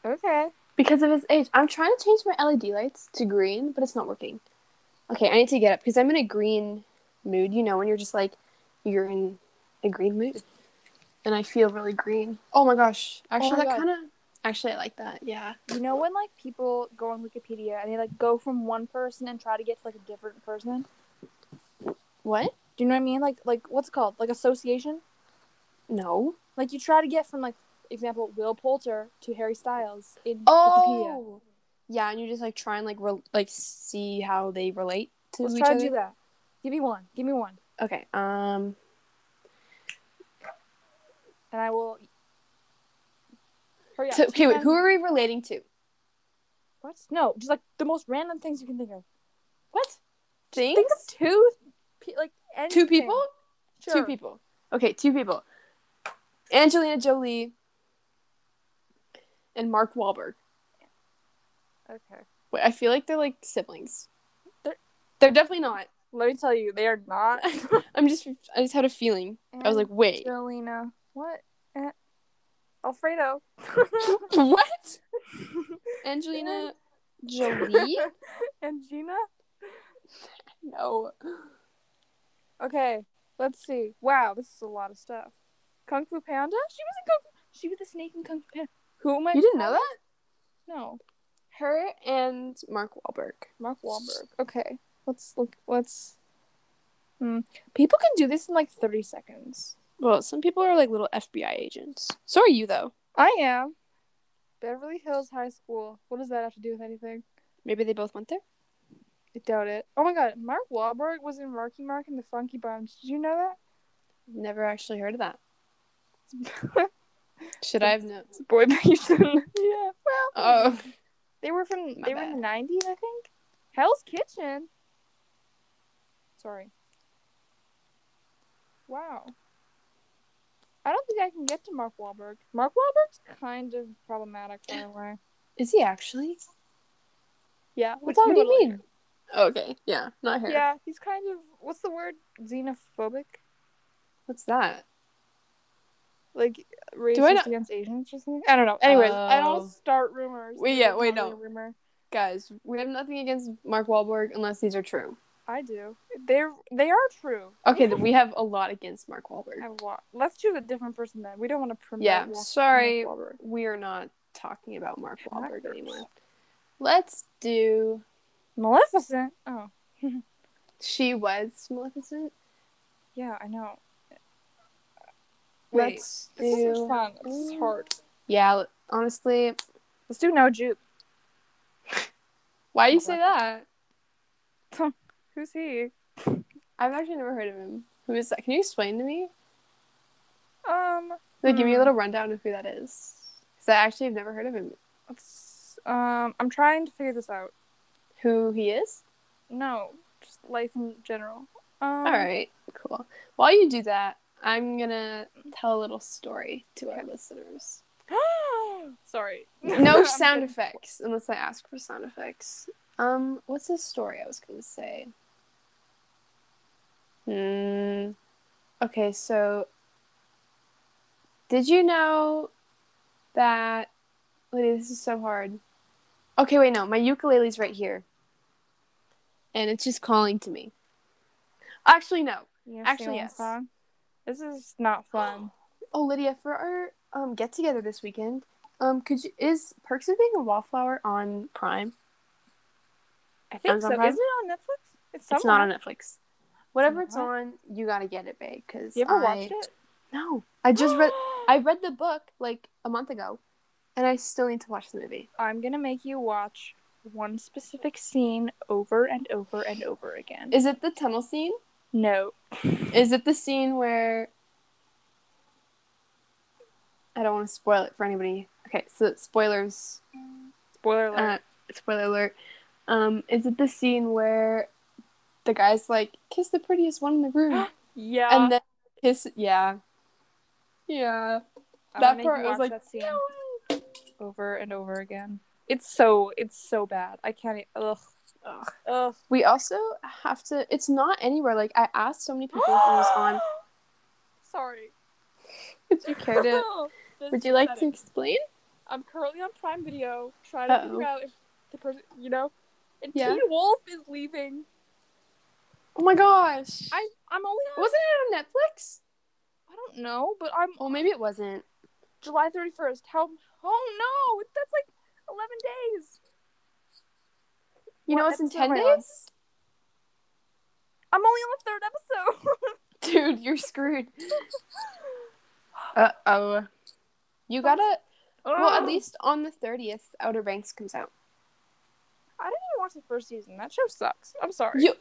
S2: Okay.
S1: Because of his age. I'm trying to change my LED lights to green, but it's not working. Okay, I need to get up because I'm in a green mood, you know, when you're just like, you're in a green mood. And I feel really green. Oh my gosh. Actually,
S2: my
S1: that
S2: God.
S1: kind of, actually, I like that. Yeah.
S2: You know when like people go on Wikipedia and they like go from one person and try to get to like a different person?
S1: What?
S2: Do you know what I mean? Like like what's it called? Like association?
S1: No.
S2: Like you try to get from like example Will Poulter to Harry Styles in Wikipedia.
S1: Oh! yeah, and you just like try and like re- like see how they relate to
S2: Let's
S1: each
S2: try to
S1: other.
S2: do that. Give me one. Give me one.
S1: Okay. Um.
S2: And I will e- Hurry up.
S1: So okay, wait.
S2: Um,
S1: Who are we relating to?
S2: what? No, just like the most random things you can think of.
S1: What? Things.
S2: Think of two pe- like anything.
S1: two people.
S2: Sure.
S1: Two people. Okay, two people. Angelina Jolie and Mark Wahlberg.
S2: Okay.
S1: Wait, I feel like they're like siblings.
S2: They're-
S1: They're definitely not.
S2: Let me tell you, they are not.
S1: I'm just. I just had a feeling. I was like, wait,
S2: Angelina. What? Eh. Alfredo.
S1: what? Angelina Jolie.
S2: and Gina?
S1: No.
S2: Okay, let's see. Wow, this is a lot of stuff. Kung Fu Panda? She was in Kung Fu. She was the snake in Kung Fu Panda. Who am I?
S1: You didn't know that?
S2: No.
S1: Her and Mark Wahlberg.
S2: Mark Wahlberg. Okay. Let's look. Let's. Hmm. People can do this in like 30 seconds.
S1: Well, some people are like little FBI agents. So are you though.
S2: I am. Beverly Hills High School. What does that have to do with anything?
S1: Maybe they both went there.
S2: I doubt it. Oh my god. Mark Wahlberg was in Marky Mark and the Funky Bunch. Did you know that?
S1: Never actually heard of that. Should I have known?
S2: It's a boy band. yeah. Well,
S1: Oh,
S2: they were from
S1: My
S2: they were in the 90s, I think. Hell's Kitchen. Sorry. Wow. I don't think I can get to Mark Wahlberg. Mark Wahlberg's kind of problematic in a way.
S1: is he actually?
S2: Yeah.
S1: What,
S2: we'll talk
S1: what do
S2: about it
S1: you
S2: later.
S1: mean? Okay, yeah, not here.
S2: Oh, Yeah, he's kind of what's the word? Xenophobic?
S1: What's that?
S2: Like
S1: I
S2: racist
S1: not-
S2: against Asians or something? I don't know. Anyways, I
S1: Oh.
S2: don't start rumors.
S1: Wait,
S2: This
S1: yeah,
S2: is
S1: wait,
S2: not really
S1: no.
S2: a Rumor.
S1: Guys, we have nothing against Mark Wahlberg unless these are true.
S2: I do. They're they are true.
S1: Okay, then we have a lot against Mark Wahlberg.
S2: I wa- Let's choose a different person then. We don't want to promote.
S1: Yeah,
S2: Mark-
S1: sorry.
S2: Mark Wahlberg.
S1: We are not talking about Mark Wahlberg
S2: Actors.
S1: anymore. Let's do.
S2: Maleficent. Oh,
S1: She was Maleficent.
S2: yeah, I know. Wait,
S1: Let's
S2: This isn't
S1: do.
S2: fun. This is hard.
S1: Yeah, l- honestly,
S2: Let's do no jupe.
S1: why do you say that?
S2: Who's he?
S1: I've actually never heard of him. Who is that? Can you explain to me?
S2: Um,
S1: Like, give me a
S2: Hmm.
S1: little rundown of who that is. Because I actually have never heard of him.
S2: let's, um, I'm trying to figure this out.
S1: Who he is?
S2: No, just life in general. Um,
S1: All right, cool. While you do that, I'm gonna tell a little story to our listeners.
S2: sorry.
S1: No
S2: I'm
S1: sound
S2: kidding.
S1: effects, unless I ask for sound effects. Um, what's his story? I was gonna say. Hmm. Okay, so did you know that? Lady, this is so hard. Okay, wait, no, my ukulele's right here, and it's just calling to me. Actually, no.
S2: You gonna sing
S1: Actually,
S2: along
S1: yes.
S2: song? This is not fun.
S1: Oh, Lydia, for our um, get together this weekend, um, could you is Perks of Being a Wallflower on Prime?
S2: I think so.
S1: Amazon
S2: Is it
S1: Prime?
S2: on Netflix? It's
S1: It's not
S2: somewhere.
S1: on Netflix. Whatever it's
S2: Somewhat.
S1: on, you gotta get it, babe. Cause
S2: You ever
S1: I...
S2: watched it?
S1: No, I just read. I read the book like a month ago, and I still need to watch the movie.
S2: I'm gonna make you watch one specific scene over and over and over again.
S1: Is it the tunnel scene?
S2: no,
S1: Is it the scene where? I don't want to spoil it for anybody. Okay, so spoilers.
S2: spoiler alert.
S1: uh, spoiler alert. Um, is it the scene where the guy's like, kiss the prettiest one in the room?
S2: yeah,
S1: and then kiss, yeah. Yeah.
S2: I'm
S1: that
S2: gonna
S1: part
S2: you
S1: was
S2: watch
S1: like-
S2: that scene over and over again. It's so it's so bad. I can't. e- Ugh.
S1: Ugh.
S2: Ugh.
S1: We also have to, it's not anywhere. Like, I asked so many people if it was on.
S2: Sorry.
S1: Would you care to,
S2: This
S1: would
S2: is
S1: you like to
S2: pathetic.
S1: explain?
S2: I'm currently on Prime Video trying to figure
S1: Uh-oh.
S2: out if the person, you know, and
S1: Yeah.
S2: Teen Wolf is leaving.
S1: Oh my gosh.
S2: I I'm only on.
S1: Wasn't it on Netflix?
S2: I don't know, but I'm
S1: Well, maybe it wasn't.
S2: July 31st. How? Oh no, that's like 11 days.
S1: You know,
S2: What
S1: it's in
S2: episode am
S1: 10
S2: I on?
S1: days?
S2: I'm only on the third episode.
S1: Dude, you're screwed. Uh oh. You gotta, well,
S2: Oh.
S1: at least on the 30th, Outer Banks comes out.
S2: I didn't even watch the first season. That show sucks. I'm sorry.
S1: You,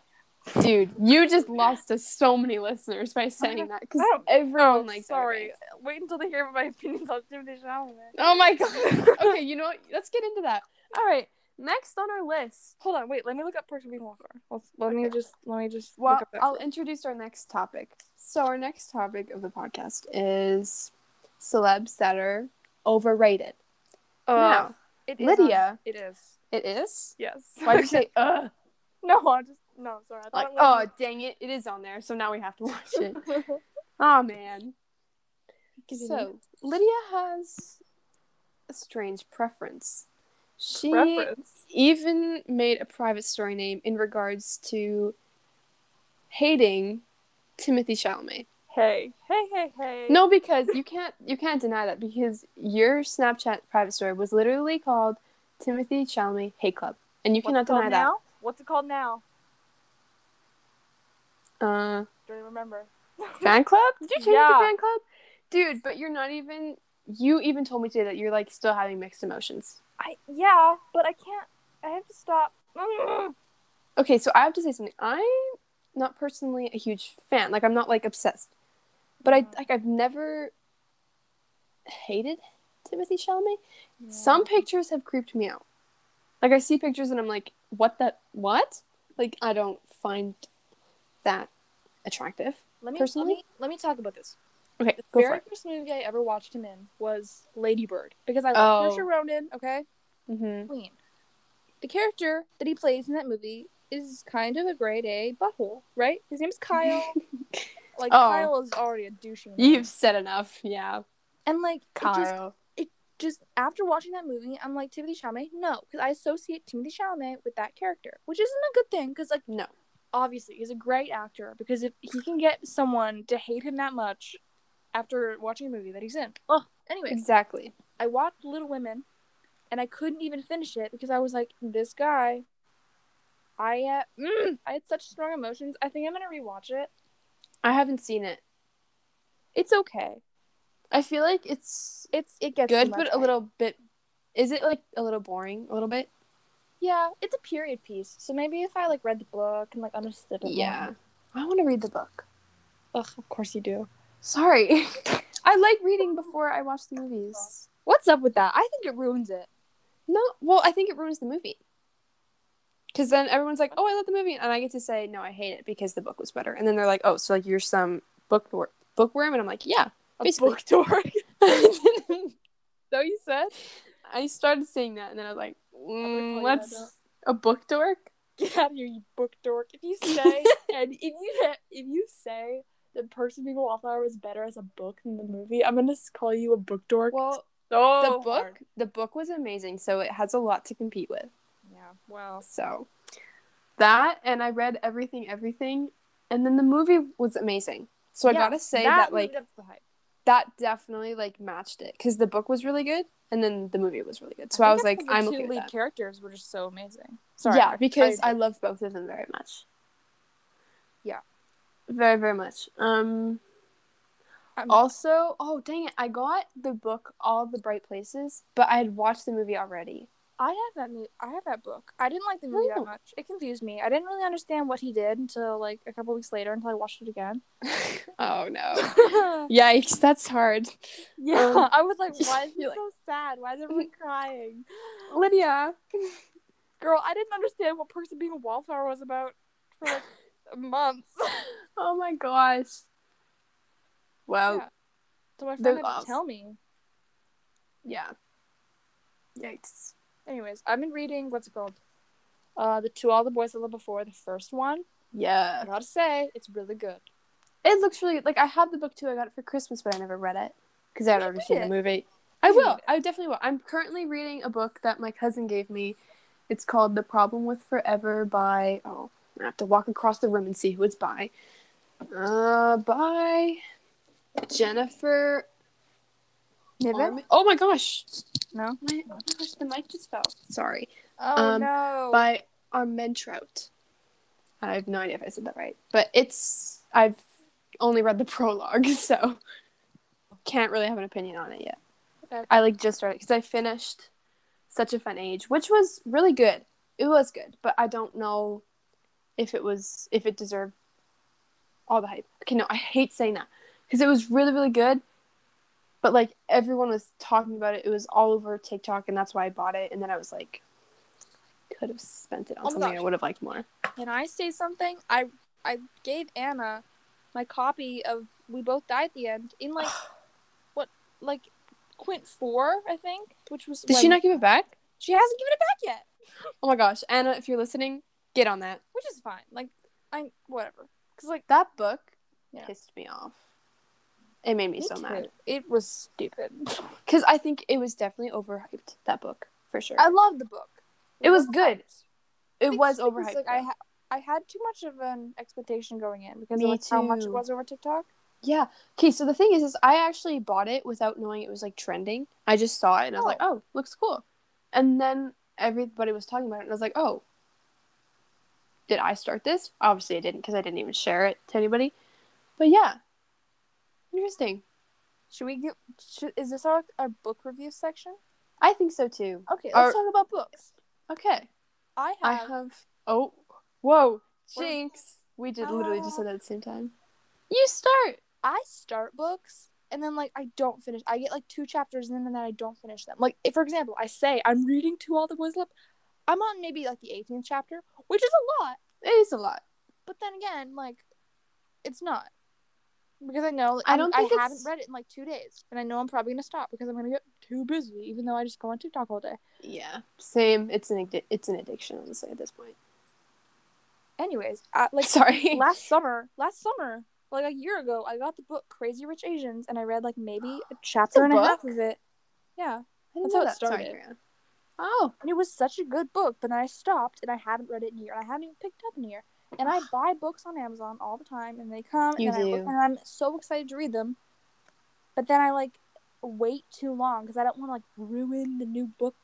S1: dude, you just lost us so many listeners by saying that because
S2: I don't-
S1: everyone likes.
S2: Oh, sorry.
S1: Outer Banks.
S2: Wait until they hear my opinions on Temptation Island.
S1: Oh my god. okay, you know what? Let's get into that. All right, next on our list.
S2: Hold on, wait. Let me look up Perks of Being Walker. Let's, let me just let me just
S1: Well,
S2: look up that.
S1: I'll introduce our next topic. So our next topic of the podcast is celebs that are overrated.
S2: Uh,
S1: now,
S2: it is
S1: Lydia,
S2: on- it is.
S1: it is.
S2: Yes.
S1: Why did you say uh?
S2: no, I just no. Sorry. I
S1: Like,
S2: thought
S1: oh
S2: it
S1: dang it, it is on there. So now we have to watch it.
S2: was-
S1: Oh man.
S2: Continue.
S1: So Lydia has a strange preference. She
S2: Reference.
S1: even made a private story name in regards to hating Timothy Chalamet.
S2: hey, hey, hey, hey.
S1: No, because you can't you can't deny that because your Snapchat private story was literally called Timothy Chalamet Hate Club, and you
S2: What's it
S1: cannot
S2: called
S1: deny
S2: now? What's it called now?
S1: that. Uh,
S2: Don't even remember.
S1: fan club? Did you change it
S2: Yeah.
S1: to fan club? Dude, but you're not even. You even told me today that you're like still having mixed emotions.
S2: I yeah, but I can't. I have to stop. Ugh.
S1: Okay, so I have to say something. I'm not personally a huge fan. Like I'm not like obsessed, but I
S2: Mhm.
S1: like I've never hated Timothy Chalamet. Some pictures have creeped me out. Like I see pictures and I'm like, what the what? Like I don't find that attractive.
S2: Let me,
S1: personally-
S2: let me let me talk about this.
S1: Okay,
S2: The
S1: go for
S2: very
S1: it.
S2: first movie I ever watched him in was Lady Bird because I
S1: Oh.
S2: love Saoirse Ronan. Okay,
S1: Mm-hmm.
S2: Queen. The character that he plays in that movie is kind of a grade A butthole, right? His name's Kyle. like
S1: Oh.
S2: Kyle is already a douchey. man.
S1: You've said enough. Yeah,
S2: and like it just
S1: Kyle.
S2: just after watching that movie, I'm like Timothy Chalamet. No, because I associate Timothy Chalamet with that character, which isn't a good thing. Because like
S1: No.
S2: obviously he's a great actor. Because if he can get someone to hate him that much after watching a movie that he's in, oh, anyways,
S1: Exactly.
S2: I watched Little Women, and I couldn't even finish it because I was like, this guy. I uh, mm, I had such strong emotions. I think I'm gonna rewatch it.
S1: I haven't seen it.
S2: It's okay.
S1: I feel like it's
S2: It's it gets
S1: good,
S2: too
S1: but
S2: much
S1: a
S2: hype.
S1: little bit. Is it like a little boring? A little bit.
S2: Yeah, it's a period piece. So maybe if I like read the book and like understood it.
S1: Yeah. I want to read the book.
S2: More. Ugh, of course you do.
S1: Sorry, I like reading before I watch the movies.
S2: What's up with that? I think it ruins it.
S1: No, well, I think it ruins the movie. Because then everyone's like, "Oh, I love the movie," and I get to say, "No, I hate it because the book was better." And then they're like, "Oh, so like you're some bookworm?" Bookworm, and I'm like, "Yeah."
S2: A
S1: Basically.
S2: book dork.
S1: I
S2: so you said?
S1: started saying that, and then I was like, mm,
S2: tell you
S1: "Let's
S2: that,
S1: a book dork."
S2: Get out of here, you book dork. If you say and if you ha- if you say the person being a wallflower was better as a book than the movie, I'm gonna s- call you a book dork.
S1: Well,
S2: so
S1: the book
S2: hard.
S1: the book was amazing, so it has a lot to compete with.
S2: Yeah. Wow.
S1: So that, and I read everything, everything, and then the movie was amazing. So I
S2: Yeah,
S1: gotta say that like
S2: lived up to the hype.
S1: that definitely like matched it because the book was really good and then the movie was really good. So
S2: think
S1: I, was
S2: that's
S1: like,
S2: because
S1: I'm
S2: the two
S1: okay with
S2: lead
S1: that.
S2: characters were just so amazing. Sorry.
S1: yeah, because I
S2: I
S1: love both of them very much.
S2: Yeah.
S1: very very much. Um.
S2: I'm-
S1: Also, oh dang it! I got the book All the Bright Places, but I had watched the movie already.
S2: I have that mo- I have that book. I didn't like the movie
S1: Oh.
S2: that much. It confused me. I didn't really understand what he did until like a couple weeks later until I watched it again.
S1: oh no!
S2: yeah,
S1: Yikes! That's hard. Um,
S2: I was like, why is he
S1: you're like-
S2: so sad? Why is everyone crying?
S1: Lydia.
S2: Girl, I didn't understand what person being a wallflower was about for like months.
S1: Oh my gosh. Well,
S2: Yeah. so my
S1: There's
S2: friend had
S1: us.
S2: to tell me.
S1: yeah. Yikes.
S2: Anyways, I've been reading what's it called? Uh, the two all the boys I loved before the first one.
S1: Yeah.
S2: I gotta say, it's really good.
S1: It looks really like I had the book too. I got it for Christmas, but I never read it because I had
S2: should
S1: already
S2: read
S1: seen the
S2: it.
S1: movie.
S2: You
S1: I
S2: should read
S1: will.
S2: it.
S1: I definitely will. I'm currently reading a book that my cousin gave me. It's called The Problem with Forever by oh, I have to walk across the room and see who it's by. Uh, by Jennifer.
S2: Niven?
S1: Arm- oh my gosh!
S2: Um, No.
S1: My, oh my gosh, the mic just fell. Sorry.
S2: Oh
S1: Um,
S2: no.
S1: By Armentrout. I have no idea if I said that right, but it's I've only read the prologue, so can't really have an opinion on it yet.
S2: Okay.
S1: I like just started because I finished Such a Fun Age, which was really good. It was good, but I don't know if it was if it deserved all the hype. Okay, no, I hate saying that because it was really really good, but like everyone was talking about it. It was all over TikTok, and that's why I bought it. And then I was like, could have spent it on
S2: Oh my
S1: something I
S2: gosh.
S1: would have liked more.
S2: Can I say something? I I gave Anna my copy of We Both Die at the End in like what like quint four, I think, which was
S1: Did
S2: when-
S1: she not give it back?
S2: She hasn't given it back yet,
S1: Oh my gosh, Anna, if you're listening, get on that.
S2: which is fine. Like I whatever, because like
S1: That book
S2: Yeah.
S1: pissed me off. It made me,
S2: me
S1: so mad.
S2: too. It was stupid.
S1: Because I think it was definitely overhyped, that book, for sure.
S2: I love the book.
S1: It was good.
S2: I
S1: it
S2: think
S1: was
S2: it's because,
S1: overhyped.
S2: Like I ha- I had too much of an expectation going in because
S1: Me
S2: of like, how much
S1: too.
S2: it was over TikTok.
S1: Yeah. Okay, so the thing is is I actually bought it without knowing it was like trending. I just saw it and I was like, "Oh, looks cool." And then everybody was talking about it and I was like, "Oh, did I start this?" Obviously, I didn't because I didn't even share it to anybody. But yeah. Interesting.
S2: Should we get? Should, is this our, our book review section?
S1: I think so too.
S2: Okay, let's
S1: Our-
S2: talk about books.
S1: Okay.
S2: I have.
S1: I have Oh, whoa.
S2: We're-
S1: Jinx. We did literally just
S2: Ah.
S1: said that at the same time. You start.
S2: I start books and then like I don't finish. I get like two chapters in and then I don't finish them. Like if, for example, I say I'm reading To All the Boys Love. I'm on maybe like the 18th chapter, which is a lot.
S1: It is a lot.
S2: But then again, like it's not because I know
S1: I
S2: I
S1: don't
S2: don't. I
S1: think
S2: haven't
S1: it's-
S2: read it in like two days, and I know I'm probably gonna stop because I'm gonna get too busy. Even though I just go on TikTok all day.
S1: Yeah. Same. It's an addi- it's an addiction, honestly, at this point.
S2: Anyways, I, like
S1: Like sorry.
S2: last summer, last summer, like a year ago, I got the book Crazy Rich Asians, and I read like maybe a chapter and a half
S1: book?
S2: of it. Yeah,
S1: I didn't
S2: That's
S1: know
S2: how it
S1: that. Sorry,
S2: started.
S1: carry on. Oh,
S2: and it was such a good book, but then I stopped, and I haven't read it in a year. I haven't even picked up in a year. And I buy books on Amazon all the time, and they come,
S1: You
S2: and, then I look,
S1: do.
S2: and I'm so excited to read them. But then I like wait too long because I don't want to like ruin the new book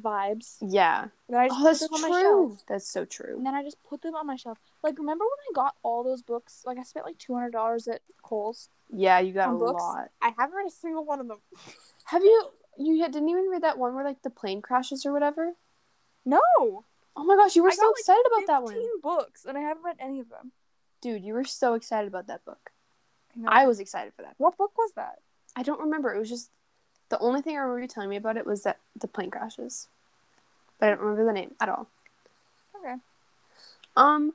S2: vibes.
S1: yeah.
S2: And I
S1: Oh,
S2: just put
S1: that's
S2: them on my shelf.
S1: true. That's so
S2: and
S1: true.
S2: then I just put them on my shelf. Like, remember when I got all those books? Like, I spent like two hundred dollars at Kohl's.
S1: Yeah, you got
S2: On
S1: a
S2: books?
S1: lot.
S2: I haven't read a single one of them.
S1: Have you? You yet- didn't even read that one where like the plane crashes or whatever.
S2: No,
S1: Oh my gosh, you were
S2: I
S1: so
S2: got, like,
S1: excited about that one,
S2: Fifteen books, and I haven't read any of them.
S1: dude. You were so excited about that book.
S2: No.
S1: I was excited for that.
S2: What book was that?
S1: I don't remember. It was just the only thing I remember you telling me about it was that the plane crashes, but I don't remember the name at all.
S2: Okay.
S1: Um,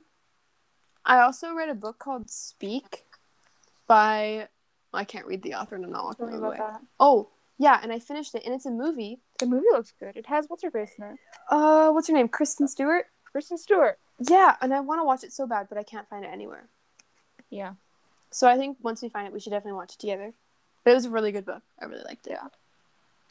S1: I also read a book called Speak by I can't read the author and I'm not
S2: Tell
S1: walking
S2: me
S1: away.
S2: about that.
S1: Oh, yeah, and I finished it, and it's a movie.
S2: The movie looks good. It has what's her face in it?
S1: Uh, what's her name? Kristen Stewart.
S2: Kristen Stewart.
S1: Yeah, and I want to watch it so bad, but I can't find it anywhere.
S2: Yeah.
S1: So I think once we find it, we should definitely watch it together. But it was a really good book. I really liked it. Yeah.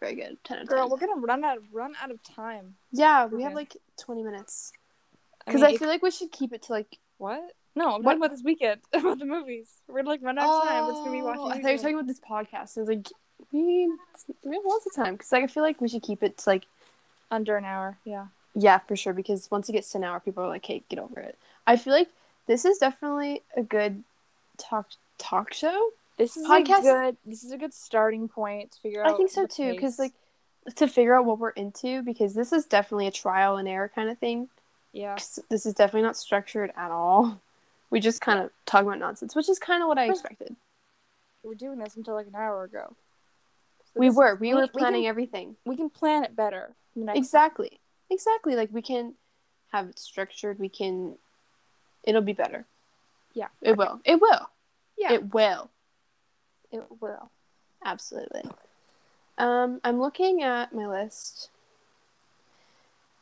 S1: Very good. Ten out of
S2: Girl,
S1: ten.
S2: we're gonna run out run out of time.
S1: Yeah, we have
S2: Okay.
S1: like twenty minutes
S2: mean,
S1: because I,
S2: if-
S1: feel like we should keep it to like.
S2: what? No,
S1: What?
S2: I'm talking about this weekend about the movies. We're gonna like run out of time. We're just gonna be watching.
S1: Oh, I thought you
S2: movies
S1: were
S2: all
S1: talking about this podcast. I was like, we need we have lots of time because like I feel like we should keep it to like
S2: under an hour. Yeah.
S1: Yeah, for sure. Because once it gets to an hour, people are like, "Hey, get over it." I feel like this is definitely a good talk talk show.
S2: This is
S1: Podcast-
S2: a good. This is a good starting point to figure out.
S1: I think so
S2: the
S1: too, because
S2: pace.
S1: like to figure out what we're into. Because this is definitely a trial and error kind of thing.
S2: yeah,
S1: 'Cause This is definitely not structured at all. We just kind of talk about nonsense, which is kind of what I
S2: Right.
S1: expected.
S2: we were doing this until like an hour ago. So
S1: We
S2: this-
S1: were we were
S2: we can-
S1: planning everything
S2: We can plan it better. the next
S1: exactly exactly like we can have it structured. We can it'll be better.
S2: Yeah.
S1: it will. It will.
S2: Yeah.
S1: it will.
S2: It will.
S1: Absolutely. Um, I'm looking at my list,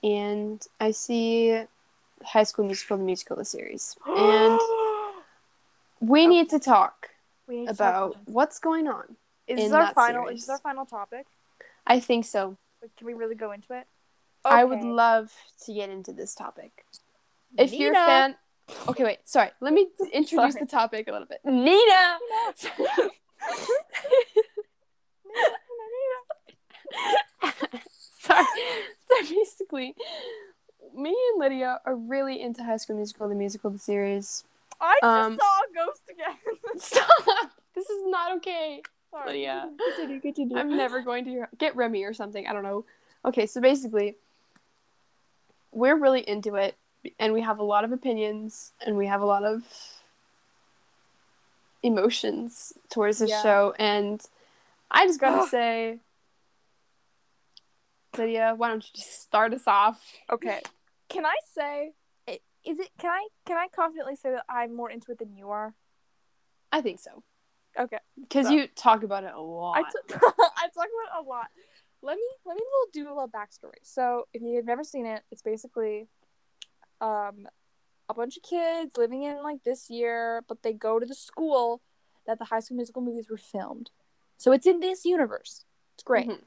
S1: and I see High School Musical, the musical, the series, and we need to talk
S2: Oh. we need to talk
S1: about
S2: about this.
S1: what's going on.
S2: is this
S1: in
S2: our
S1: that
S2: final?
S1: series.
S2: Is this our final topic?
S1: I think so.
S2: Like, can we really go into it?
S1: I would
S2: Okay.
S1: love to get into this topic. If you're a
S2: Nina.
S1: fan, okay, wait, sorry. Let me introduce
S2: Sorry.
S1: the topic a little bit. Nina.
S2: Nina, Nina,
S1: Sorry. So basically, me and Lydia are really into High School Musical, the musical, the series.
S2: Nina. I just
S1: Um,
S2: saw a ghost again.
S1: Stop! This is not okay.
S2: Sorry.
S1: Lydia.
S2: Continue, continue.
S1: I'm never going to your- get Remy or something. I don't know. Okay, so basically, we're really into it, and we have a lot of opinions, and we have a lot of emotions towards the
S2: Yeah.
S1: show. And I just gotta say, Lydia, why don't you just start us off?
S2: Okay. Can I say? i- Is it? Can I? Can I confidently say that I'm more into it than you are?
S1: I think so.
S2: Okay.
S1: Because
S2: So-
S1: you talk about it a lot.
S2: I t- I talk about it a lot. Let me let me little do a little backstory. So if you've never seen it, it's basically um a bunch of kids living in like this year, but they go to the school that the High School Musical movies were filmed. So it's in this universe. It's great.
S1: Mhm.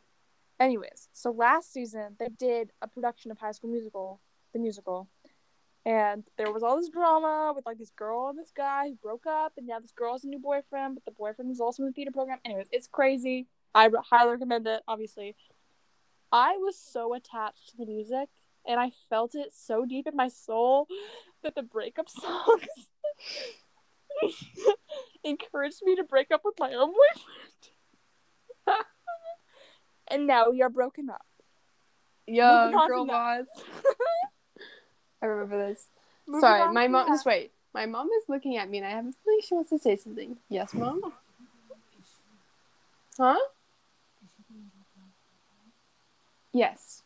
S2: Anyways, so last season they did a production of High School Musical, the musical, And there was all this drama with like this girl and this guy who broke up, and now this girl has a new boyfriend, but the boyfriend is also in the theater program. Anyways, it's crazy. I re- highly recommend it. Obviously, I was so attached to the music, and I felt it so deep in my soul that the breakup songs encouraged me to break up with my own boyfriend. and now we are broken up.
S1: Yo,
S2: Moving on
S1: girl
S2: from
S1: boss. I remember this.
S2: Moving
S1: Sorry,
S2: on
S1: my
S2: from
S1: mom.
S2: that.
S1: Just wait. My mom is looking at me, and I have a feeling she wants to say something. Yes, mom. Huh? Yes.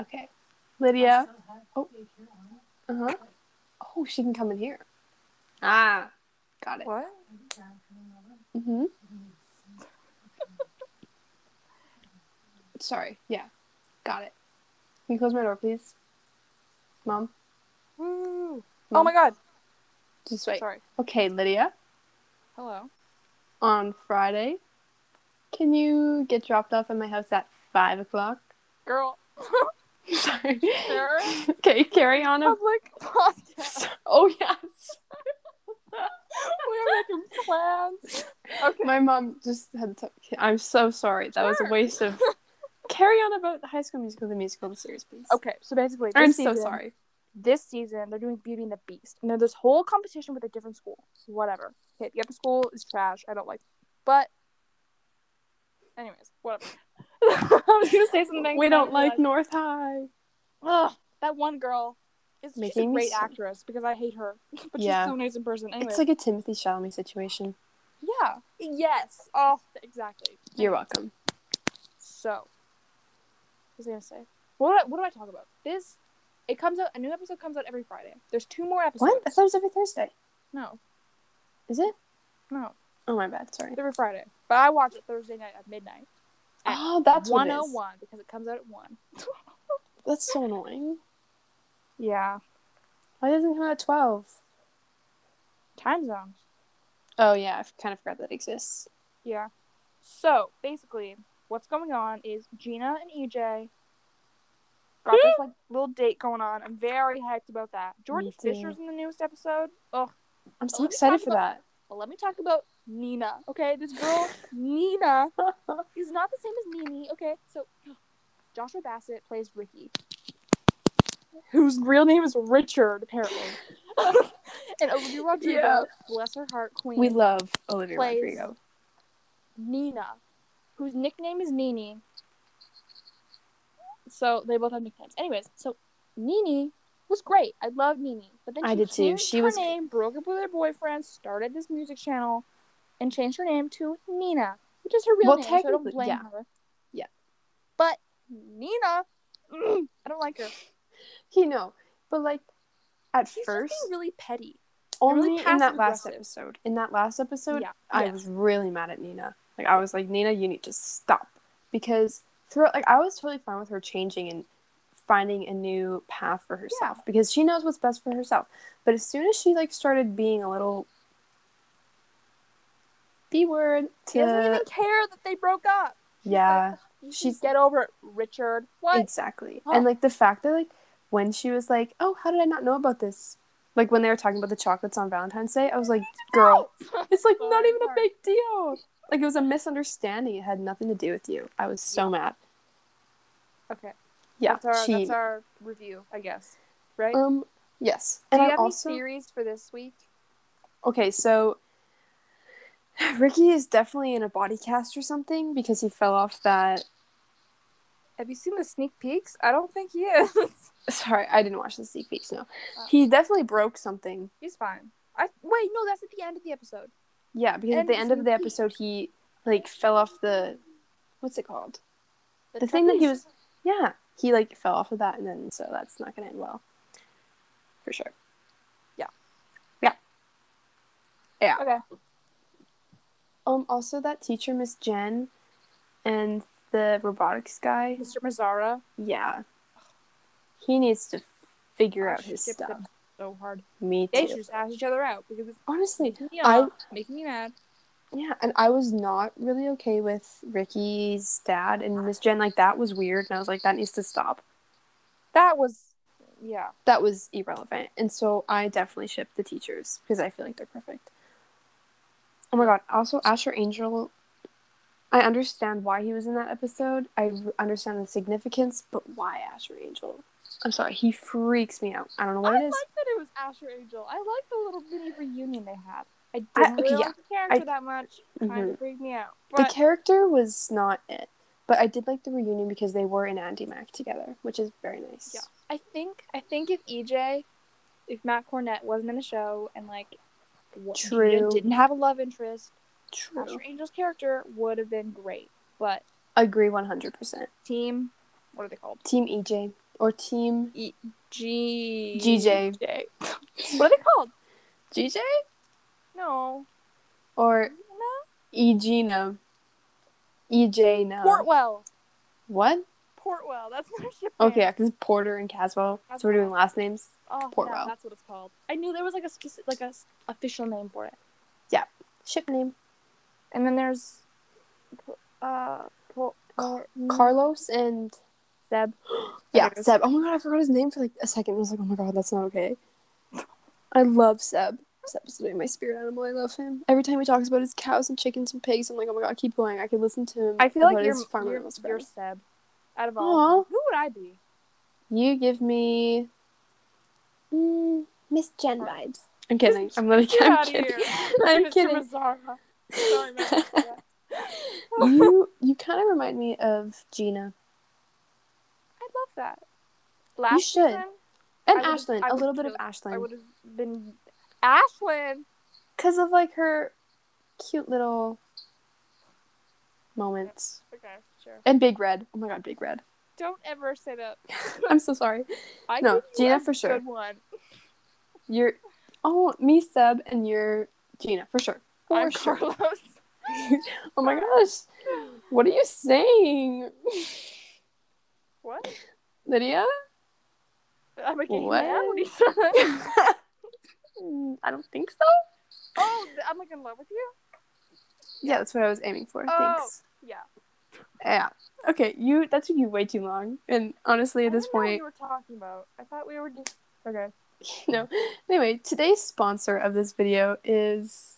S1: Okay. Lydia. Oh. Uh huh. Oh, she can come in here. Ah, got it.
S2: What?
S1: Mm-hmm. Sorry. Yeah. Got it. Can you close my door, please? Mom,
S2: Woo.
S1: Mom.
S2: Oh my god.
S1: just wait.
S2: Sorry.
S1: Okay, Lydia,
S2: Hello.
S1: on Friday, can you get dropped off at my house at 5 o'clock?
S2: Girl.
S1: Sorry.
S2: Sure. Oh,
S1: Okay, carry on. a-
S2: Public podcast.
S1: Oh, yes.
S2: We're making plans. Okay.
S1: My mom just had to. I'm so sorry. That was a
S2: Sure.
S1: waste of. carry on about High School Musical, the musical, the series, please.
S2: Okay, so basically,
S1: I'm
S2: this
S1: so
S2: season,
S1: sorry.
S2: This season, they're doing Beauty and the Beast, and there's this whole competition with a different school. So whatever. Okay, the other school is trash. I don't like. But, anyways, whatever. I was gonna say something.
S1: We
S2: and I
S1: don't like
S2: realized-
S1: North High.
S2: Ugh, that one girl. Is she's a
S1: Making me
S2: great
S1: so-
S2: actress because I hate her, but
S1: Yeah.
S2: she's so nice in person. Anyways,
S1: It's like a Timothy Chalamet situation.
S2: yeah, yes, oh, exactly.
S1: You're welcome.
S2: So, what was I gonna say? What do I, what do I talk about? This it comes out a new episode comes out every Friday. There's two more episodes.
S1: What? I thought it was every Thursday.
S2: No,
S1: Is it?
S2: no,
S1: Oh my bad. Sorry.
S2: every Friday. But I watch it Thursday night at midnight. at
S1: Oh, that's one
S2: one
S1: oh
S2: oh
S1: one.
S2: one because it comes out at one.
S1: That's so annoying.
S2: Yeah,
S1: Why doesn't it come out at twelve?
S2: time zones.
S1: Oh yeah, I kind of forgot that exists.
S2: Yeah. So basically, what's going on is Gina and EJ got this like little date going on. I'm very hyped about that. Jordan
S1: Me too.
S2: Fisher's in the newest episode. Ugh.
S1: I'm so
S2: Let me
S1: excited
S2: talk
S1: for
S2: about-
S1: that.
S2: But let me talk about Nina. Okay, this girl Nina is not the same as Nini. Okay, so Joshua Bassett plays Ricky, whose real name is Richard, apparently. and Olivia Rodrigo,
S1: Yeah.
S2: bless her heart, queen,
S1: We love Olivia
S2: Plays.
S1: Rodrigo.
S2: Nina, whose nickname is Nini. So they both have nicknames. Anyways, so Nini was great. I love Nini, but then
S1: I
S2: she
S1: did too.
S2: changed
S1: She
S2: her
S1: was-
S2: name, broke up with her boyfriend, started this music channel, and changed her name to Nina, which is her real
S1: Well,
S2: name. So I don't
S1: technically,
S2: blame
S1: yeah.
S2: her.
S1: Yeah.
S2: but Nina, mm, I don't like her.
S1: You know, but like at
S2: She's
S1: first,
S2: just being really petty. really
S1: only in that
S2: passive
S1: last
S2: aggressive.
S1: episode. In that last episode,
S2: yeah,
S1: I
S2: yeah.
S1: was really mad at Nina. Like I was like, Nina, you need to stop because throughout, like I was totally fine with her changing and finding a new path for herself because she knows what's best for herself. But as soon as she like started being a little b word
S2: She doesn't
S1: to
S2: even care that they broke up. She's
S1: yeah,
S2: like, "Ugh, you should
S1: She's-
S2: get over it, Richard. What?
S1: exactly.
S2: Huh.
S1: And like the fact that like when she was like, oh, how did I not know about this? Like when they were talking about the chocolates on Valentine's Day, I was like, girl, It's like not
S2: Oh,
S1: even a
S2: sorry.
S1: big deal. Like it was a misunderstanding. It had nothing to do with you. I was so mad.
S2: okay.
S1: Yeah,
S2: That's our
S1: she.
S2: that's our review, I guess. Right?
S1: um. Yes,
S2: Do
S1: and
S2: you
S1: I
S2: have
S1: also
S2: any theories for this week?
S1: okay. So Ricky is definitely in a body cast or something because he fell off that.
S2: Have you seen the sneak peeks? I don't think he is.
S1: Sorry, I didn't watch the sneak peeks. No,
S2: Oh.
S1: he definitely broke something.
S2: He's fine. I wait, no, that's at the end of the episode.
S1: Yeah, because at
S2: And
S1: the end of the
S2: sneak peek.
S1: episode, he like fell off the. What's it called? The thing that he
S2: trapeze.
S1: was- Yeah, he like fell off of that, and then so that's not gonna end well. For sure.
S2: Okay.
S1: Um, also that teacher, Miss Jen, and the robotics guy.
S2: Mr. Mazzara.
S1: Yeah, he needs to figure
S2: I
S1: out his
S2: shipped
S1: stuff.
S2: them So hard.
S1: Me
S2: They
S1: too.
S2: should just ask each other out because it's
S1: Honestly,
S2: yeah, making me mad.
S1: yeah, and I was not really okay with Ricky's dad and Miss Jen. Like that was weird, and I was like, that needs to stop.
S2: That was, yeah.
S1: That was irrelevant. And so I definitely ship the teachers because I feel like they're perfect. Oh my god. Also, Asher Angel, I understand why he was in that episode. I r- understand the significance, but why Asher Angel? I'm sorry. He freaks me out. I don't know what
S2: I
S1: it
S2: like
S1: is.
S2: that it was Asher Angel. I like the little mini reunion they had. I didn't
S1: I- okay,
S2: really
S1: yeah.
S2: like the character that much. Kind
S1: Mhm.
S2: of freaked me out.
S1: The
S2: But
S1: character was not it, but I did like the reunion because they were in Andy Mac together, which is very nice.
S2: Yeah. I think I think if EJ, if Matt Cornett wasn't in the show and like wa-
S1: True.
S2: didn't have a love interest,
S1: True.
S2: Asher Angel's character would have been great. But
S1: Agree 100%.
S2: team, what are they called?
S1: Team EJ or Team
S2: G
S1: GJ.
S2: What are they called?
S1: GJ
S2: No,
S1: or E
S2: no.
S1: EGina. EJ E no.
S2: Portwell.
S1: what?
S2: Portwell. That's not ship. name.
S1: Okay, yeah, because Porter and Caswell. So we're doing last names.
S2: Oh,
S1: Portwell.
S2: Yeah, that's what it's called. I knew there was like a specific, like a s- official name for it.
S1: Ship name.
S2: And then there's, uh, Port-
S1: Car-
S2: Port-
S1: Carlos and Seb. yeah, Seb. Oh my god, I forgot his name for like a second. I was like, oh my god, that's not okay. I love Seb. Seb is literally my spirit animal. I love him. Every time he talks about his cows and chickens and pigs, I'm like, oh my god, keep going. I could listen to him.
S2: I feel like
S1: about
S2: you're,
S1: his farm
S2: you're,
S1: animals
S2: you're
S1: forever.
S2: Seb. Out of all, of them. who would I be?
S1: You give me mm, Miss Jen vibes. I'm kidding. I'm literally
S2: Get
S1: I'm
S2: outta
S1: kidding.
S2: here.
S1: I'm
S2: Mr.
S1: kidding.
S2: Mazzara. Sorry, Mr. Mazzara.
S1: you you kind of remind me of Gina
S2: I love that. Last
S1: should.
S2: Season,
S1: and
S2: I would've-
S1: Ashlyn.
S2: I
S1: A
S2: would've
S1: little bit of
S2: killed- I would
S1: Ashlyn
S2: have been Ashlyn.
S1: because of like her cute little moments
S2: Okay, sure.
S1: and Big Red. Oh my God, Big Red.
S2: Don't ever say that.
S1: I'm so sorry.
S2: I
S1: No,
S2: give you
S1: Gina
S2: a
S1: for sure.
S2: Good one.
S1: You're oh me Seb and you're Gina for sure. For
S2: I'm
S1: sure.
S2: Carlos.
S1: Oh my gosh, what are you saying,
S2: What?
S1: Lydia?
S2: I'm a gay
S1: What?
S2: man. What do you say?
S1: Mm, I don't think so.
S2: oh, th- I'm like in love with you.
S1: Yeah, that's what I was aiming for.
S2: Oh.
S1: Thanks.
S2: Yeah.
S1: Yeah. Okay, you that took you way too long. And honestly at
S2: I
S1: this
S2: didn't know
S1: point
S2: what you were talking about. I thought we were just okay.
S1: no. Anyway, today's sponsor of this video is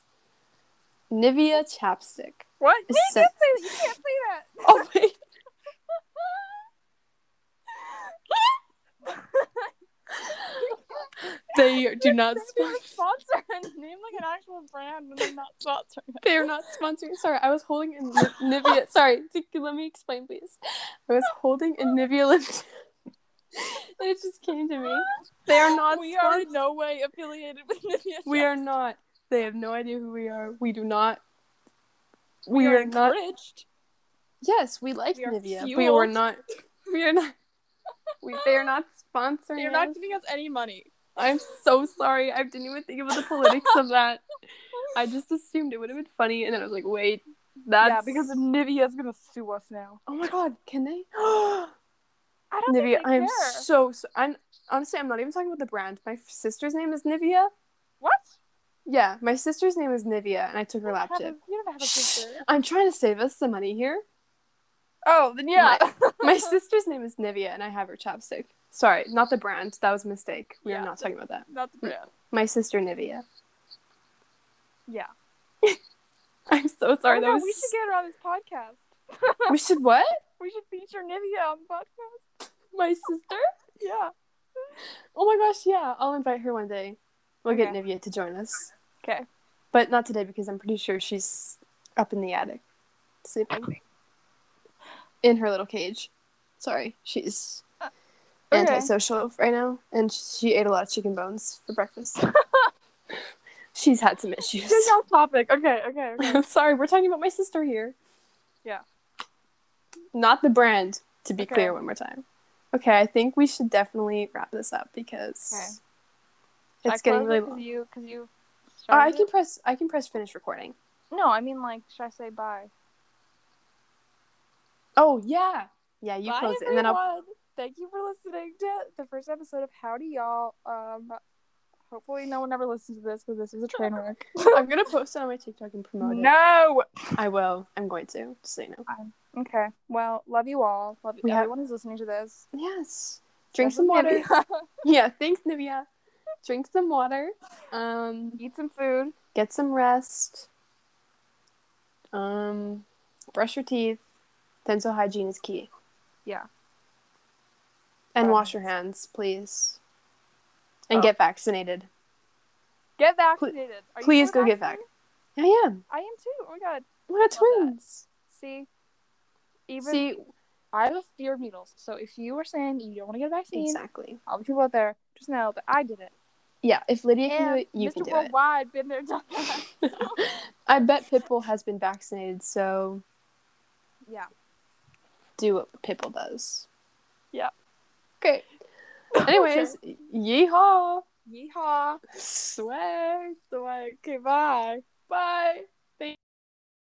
S1: Nivea Chapstick.
S2: What? You
S1: So-
S2: can't say that. You can't say that.
S1: Oh wait. they do not
S2: They're
S1: sponsor
S2: sponsor and name like an actual brand when they're not sponsoring.
S1: they are not sponsoring. Sorry, I was holding a Ni- Nivea. Sorry, t- let me explain, please. I was holding a Nivea lip. and it just came to me. They are not
S2: We are
S1: sponsored.
S2: in no way affiliated with Nivea.
S1: we
S2: Shop.
S1: are not. They have no idea who we are. We do not. We,
S2: We
S1: are,
S2: are
S1: not.
S2: encouraged.
S1: Yes, we like
S2: We are
S1: Nivea. We
S2: fueled.
S1: are not. We are not. We, they are not sponsoring
S2: You're not
S1: us.
S2: giving us any money.
S1: I'm so sorry. I didn't even think about the politics of that. I just assumed it would have been funny, and then I was like, wait, that's
S2: Yeah, because Nivea's gonna sue us now.
S1: Oh my god, can they?
S2: I don't
S1: Nivea,
S2: think they
S1: I'm
S2: care.
S1: so, so I'm honestly I'm not even talking about the brand. My sister's name is Nivea.
S2: What?
S1: Yeah, my sister's name is Nivea and I took her lap
S2: Have a-
S1: chip.
S2: You don't have a sister.
S1: I'm trying to save us some money here.
S2: oh, then yeah.
S1: My sister's name is Nivea and I have her chapstick. Sorry, not the brand. That was a mistake. We
S2: Yeah.
S1: are not talking about that.
S2: Not the brand.
S1: My sister Nivea.
S2: Yeah.
S1: I'm so sorry.
S2: Oh,
S1: that
S2: no,
S1: was
S2: we should get her on this podcast.
S1: we should what?
S2: We should feature Nivea on the podcast.
S1: My sister?
S2: Yeah.
S1: Oh my gosh, yeah. I'll invite her one day. We'll get
S2: Okay.
S1: Nivea to join us.
S2: Okay.
S1: But not today because I'm pretty sure she's up in the attic sleeping in her little cage. Sorry, she's
S2: Uh, okay.
S1: antisocial right now and she ate a lot of chicken bones for breakfast. she's had some issues.
S2: Just off topic. Okay, okay, okay.
S1: Sorry, we're talking about my sister here.
S2: Yeah.
S1: Not the brand, to be
S2: Okay.
S1: clear one more time. Okay, I think we should definitely wrap this up because
S2: Okay.
S1: it's getting really long.
S2: You, cause you
S1: Uh, I
S2: started
S1: can press I can press finish recording.
S2: it? No, I mean like, should I say bye?
S1: Oh yeah. Yeah, you close it and then I'll
S2: Thank you for listening to the first episode of Howdy Y'all. Um, hopefully no one ever listens to this because this was a train wreck.
S1: I'm gonna post it on my TikTok and promote it.
S2: no.
S1: I will. I'm going to. Just so you know.
S2: Okay. Well, love you all. Love
S1: We have-
S2: everyone who's listening to this.
S1: Yes. Drink
S2: That's
S1: some
S2: what
S1: water.
S2: Nivea-
S1: Yeah, thanks, Nivea. Drink some water. Um,
S2: Eat some food.
S1: get some rest. Um, brush your teeth. Dental hygiene is key.
S2: Yeah.
S1: And
S2: Right.
S1: wash your hands, please. And
S2: Oh.
S1: get vaccinated.
S2: Get vaccinated. Are you
S1: please
S2: still
S1: go get
S2: vaccinated?
S1: I am.
S2: I am too. Oh my god.
S1: What a
S2: Love that.
S1: twins.
S2: See, even
S1: See,
S2: I have a fear of needles. So if you are saying you don't want to get a vaccine,
S1: exactly.
S2: all the people out there just know that I did it.
S1: Yeah, if Lydia can do
S2: And
S1: it, you
S2: Mr.
S1: can do it.
S2: Worldwide been there, done that.
S1: I bet Pitbull has been vaccinated, so
S2: yeah.
S1: do what Pitbull does.
S2: Yeah.
S1: Okay. Anyways, yeehaw.
S2: yeehaw.
S1: Swag.
S2: So like, okay, bye, bye.